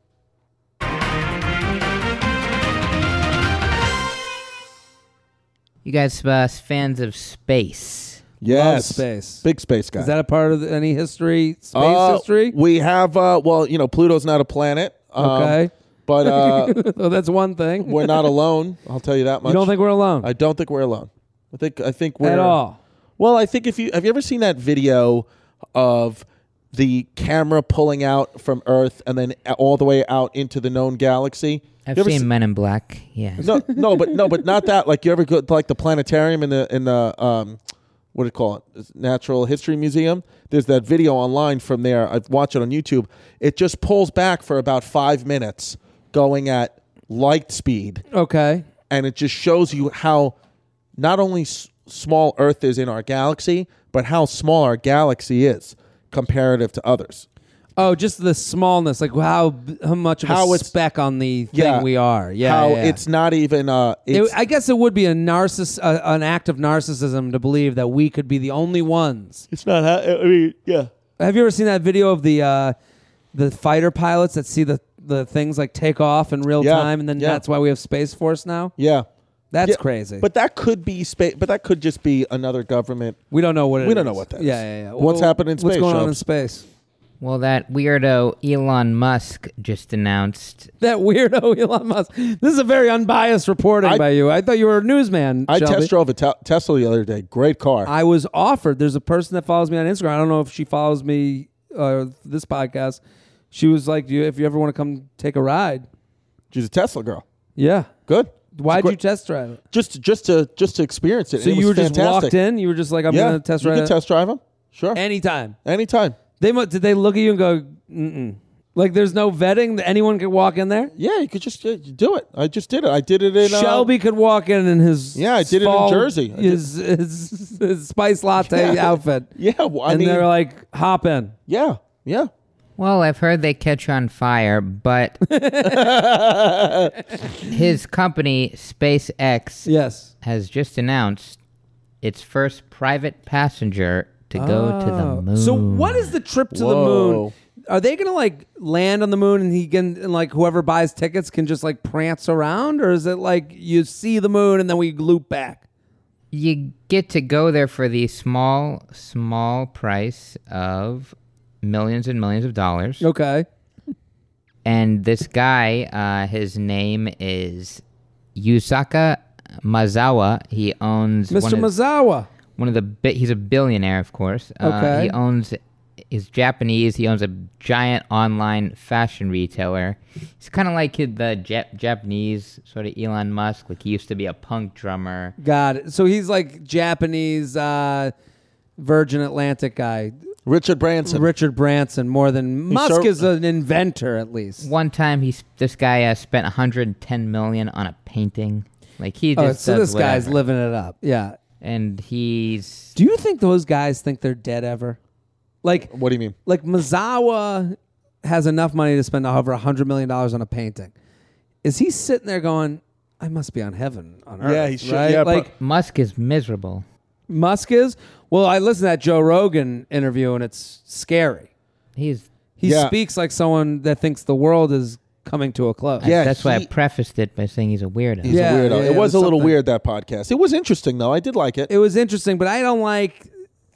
you guys, uh, fans of space. Yes, space. Big space guy. Is that a part of the, any history, space Uh, history? We have. Uh, well, you know, Pluto's not a planet. um, Okay. but uh, so that's one thing. we're not alone. I'll tell you that much. you don't think we're alone I don't think we're alone. I think. I think we're at all? Well, I think if you have you ever seen that video of the camera pulling out from Earth and then all the way out into the known galaxy. I've You ever seen se- Men in Black. Yeah. no, no, but no, but not that. Like you ever go to like the planetarium in the in the um, what do you call it? It's Natural History Museum. There's that video online from there. I watch it on YouTube. It just pulls back for about five minutes, going at light speed, Okay. and it just shows you how not only s- small Earth is in our galaxy, but how small our galaxy is comparative to others. Oh, just the smallness, like how how much of How a it's- speck on the thing we are. Yeah, how yeah, yeah. it's not even. Uh, It- it's, I guess it would be a narciss, uh, an act of narcissism to believe that we could be the only ones. it's not. I mean, yeah. Have you ever seen that video of the uh, the fighter pilots that see the the things like take off in real Yeah, time, and then yeah. that's why we have space force now? Yeah. That's Yeah, crazy. But that could be space. But that could just be another government. we don't know what it We don't know is. what that yeah, is. Yeah, yeah. What's happening in What's space, going on in Shops? space? Well, that weirdo Elon Musk just announced. That weirdo Elon Musk. This is a very unbiased reporting I- by you. I thought you were a newsman. I Shelby. test drove a te- Tesla the other day. Great car. I was offered. There's a person that follows me on Instagram. I don't know if she follows me uh, this podcast. She was like, "Do you, if you ever want to come take a ride, She's a Tesla girl. yeah." Good. Why'd It's you test drive it? just just to just to experience it? So It you were was just fantastic. walked in. You were just like, "I'm yeah, gonna test you drive can it test drive them. Sure, anytime." anytime. They mu- did they look at you and go, "Mm-mm." Like, there's no vetting. that Anyone could walk in there. Yeah, you could just uh, you do it. I just did it. I did it in uh, Shelby could walk in in his Yeah, I did it in fall- Jersey. I did- His, his, his spice latte Yeah. outfit, Yeah, well, I and mean, they're like, "Hop in." yeah, yeah. Well, I've heard they catch on fire, but his company SpaceX Yes. has just announced its first private passenger to go to the moon. Oh. So what is the trip to the moon? Whoa. Are they gonna like land on the moon and he can and like whoever buys tickets can just like prance around, or is it like you see the moon and then we loop back? you get to go there for the small, small price of millions and millions of dollars. Okay. And this guy, uh, his name is Yusaka Mazawa. He owns Mr. One, of, Mazawa. one of the bi- he's a billionaire, of course. Uh, Okay. He owns he's Japanese. He owns a giant online fashion retailer. He's kind of like the Jap- Japanese sort of Elon Musk. Like he used to be a punk drummer. Got it. So he's like Japanese uh Virgin Atlantic guy. Richard Branson. Richard Branson more than Musk served- is an inventor at least. One time, he s- this guy uh, spent 110 million on a painting. Like he Oh, just so does this guy's whatever. living it up. Yeah. and he's Do you think those guys think they're dead ever? Like what do you mean? like Mazawa has enough money to spend over hundred million dollars on a painting. Is he sitting there going, "I must be on heaven on earth"? Yeah, he should- Right? yeah, like Musk is miserable. Musk is. Well, I listened to that Joe Rogan interview, and it's scary. He's He Yeah. speaks like someone that thinks the world is coming to a close. Yeah, that's why I he- prefaced it by saying he's a weirdo. He's a Yeah, weirdo. yeah, yeah, it was there's a little something. weird that podcast. It was interesting though. I did like it. it was interesting, but I don't like.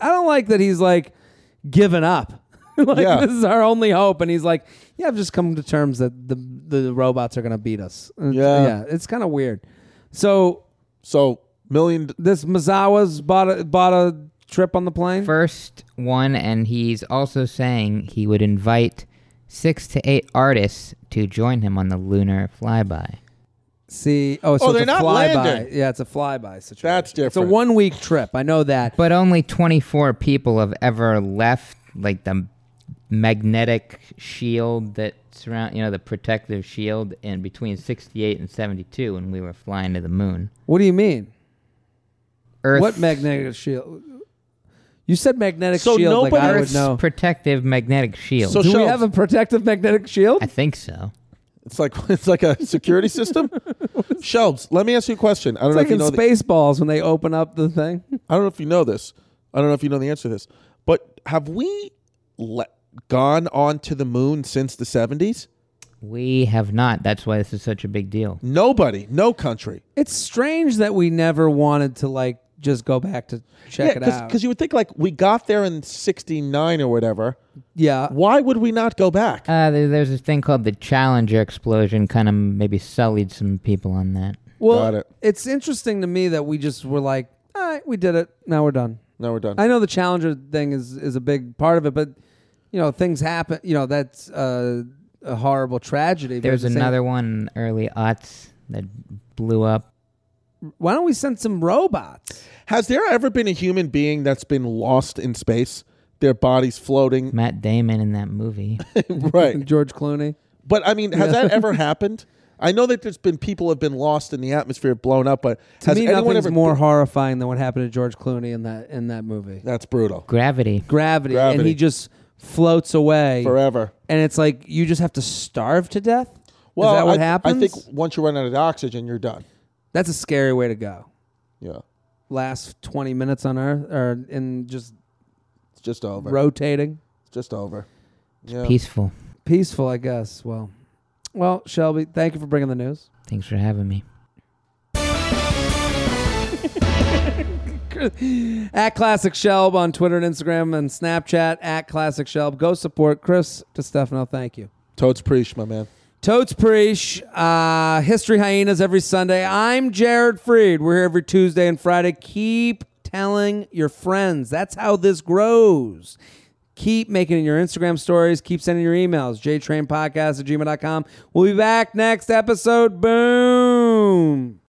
I don't like that he's like giving up. like Yeah. this is our only hope, and he's like, "Yeah, I've just come to terms that the the robots are gonna beat us." And it's- Yeah. yeah, it's kind of weird. So so million. this Mazawa's bought a, bought a trip on the plane. First one, and he's also saying he would invite six to eight artists to join him on the lunar flyby. See, oh, so Oh, it's they're a not flyby. landing. Yeah, it's a flyby situation. That's It's a different. one week trip. I know that. But only 24 people have ever left, like the magnetic shield that surround, you know, the protective shield in between 68 and 72 when we were flying to the moon. What do you mean? Earth, What magnetic shield? You said magnetic So shield. like I nobody- would Earth's know. protective magnetic shield. So- do we Shelf. have a protective magnetic shield? I think so. It's like it's like a security system. Shelves. Let me ask you a question. I don't It's know like if you in know. the- Spaceballs when they open up the thing. I don't know if you know this. I don't know if you know the answer to this. But have we le- gone on to the moon since the seventies? We have not. That's why this is such a big deal. Nobody. No country. It's strange that we never wanted to like just go back to check it out. because you would think like we got there in '69 or whatever. yeah, Why would we not go back? Uh, there, there's this thing called the Challenger explosion, kind of maybe sullied some people on that. well, Got it. it's interesting to me that we just were like, all right, we did it. Now we're done. no, we're done. I know the Challenger thing is is a big part of it, but you know things happen. You know that's uh, a horrible tragedy. but There's at the same- another one in early aughts that blew up. Why don't we send some robots? Has there ever been a human being that's been lost in space? Their bodies floating, Matt Damon in that movie. right? George Clooney. But I mean, has that ever happened? I know that there's been people have been lost in the atmosphere, blown up. But To has me, anyone nothing's ever? more horrifying than what happened to George Clooney in that in that movie. that's brutal. Gravity. Gravity, and Gravity. he just floats away Forever. and it's like you just have to starve to death. Well, Is that what I, happens? I think once you run out of oxygen, you're done. that's a scary way to go. Yeah, Last twenty minutes on Earth, or in just it's just over. rotating, It's just over. Yeah. Peaceful. peaceful, I guess. Well, well, Shelby, thank you for bringing the news. Thanks for having me. Chris- at Classic Shelb on Twitter and Instagram and Snapchat at Classic Shelb. Go support Chris DeStefano. Thank you. Toads preach, my man. Totes Preach, uh, History Hyenas every Sunday. I'm Jared Freed. We're here every Tuesday and Friday. Keep telling your friends. That's how this grows. Keep making your Instagram stories. Keep sending your emails. JTrainPodcast at gmail.com. We'll be back next episode. Boom.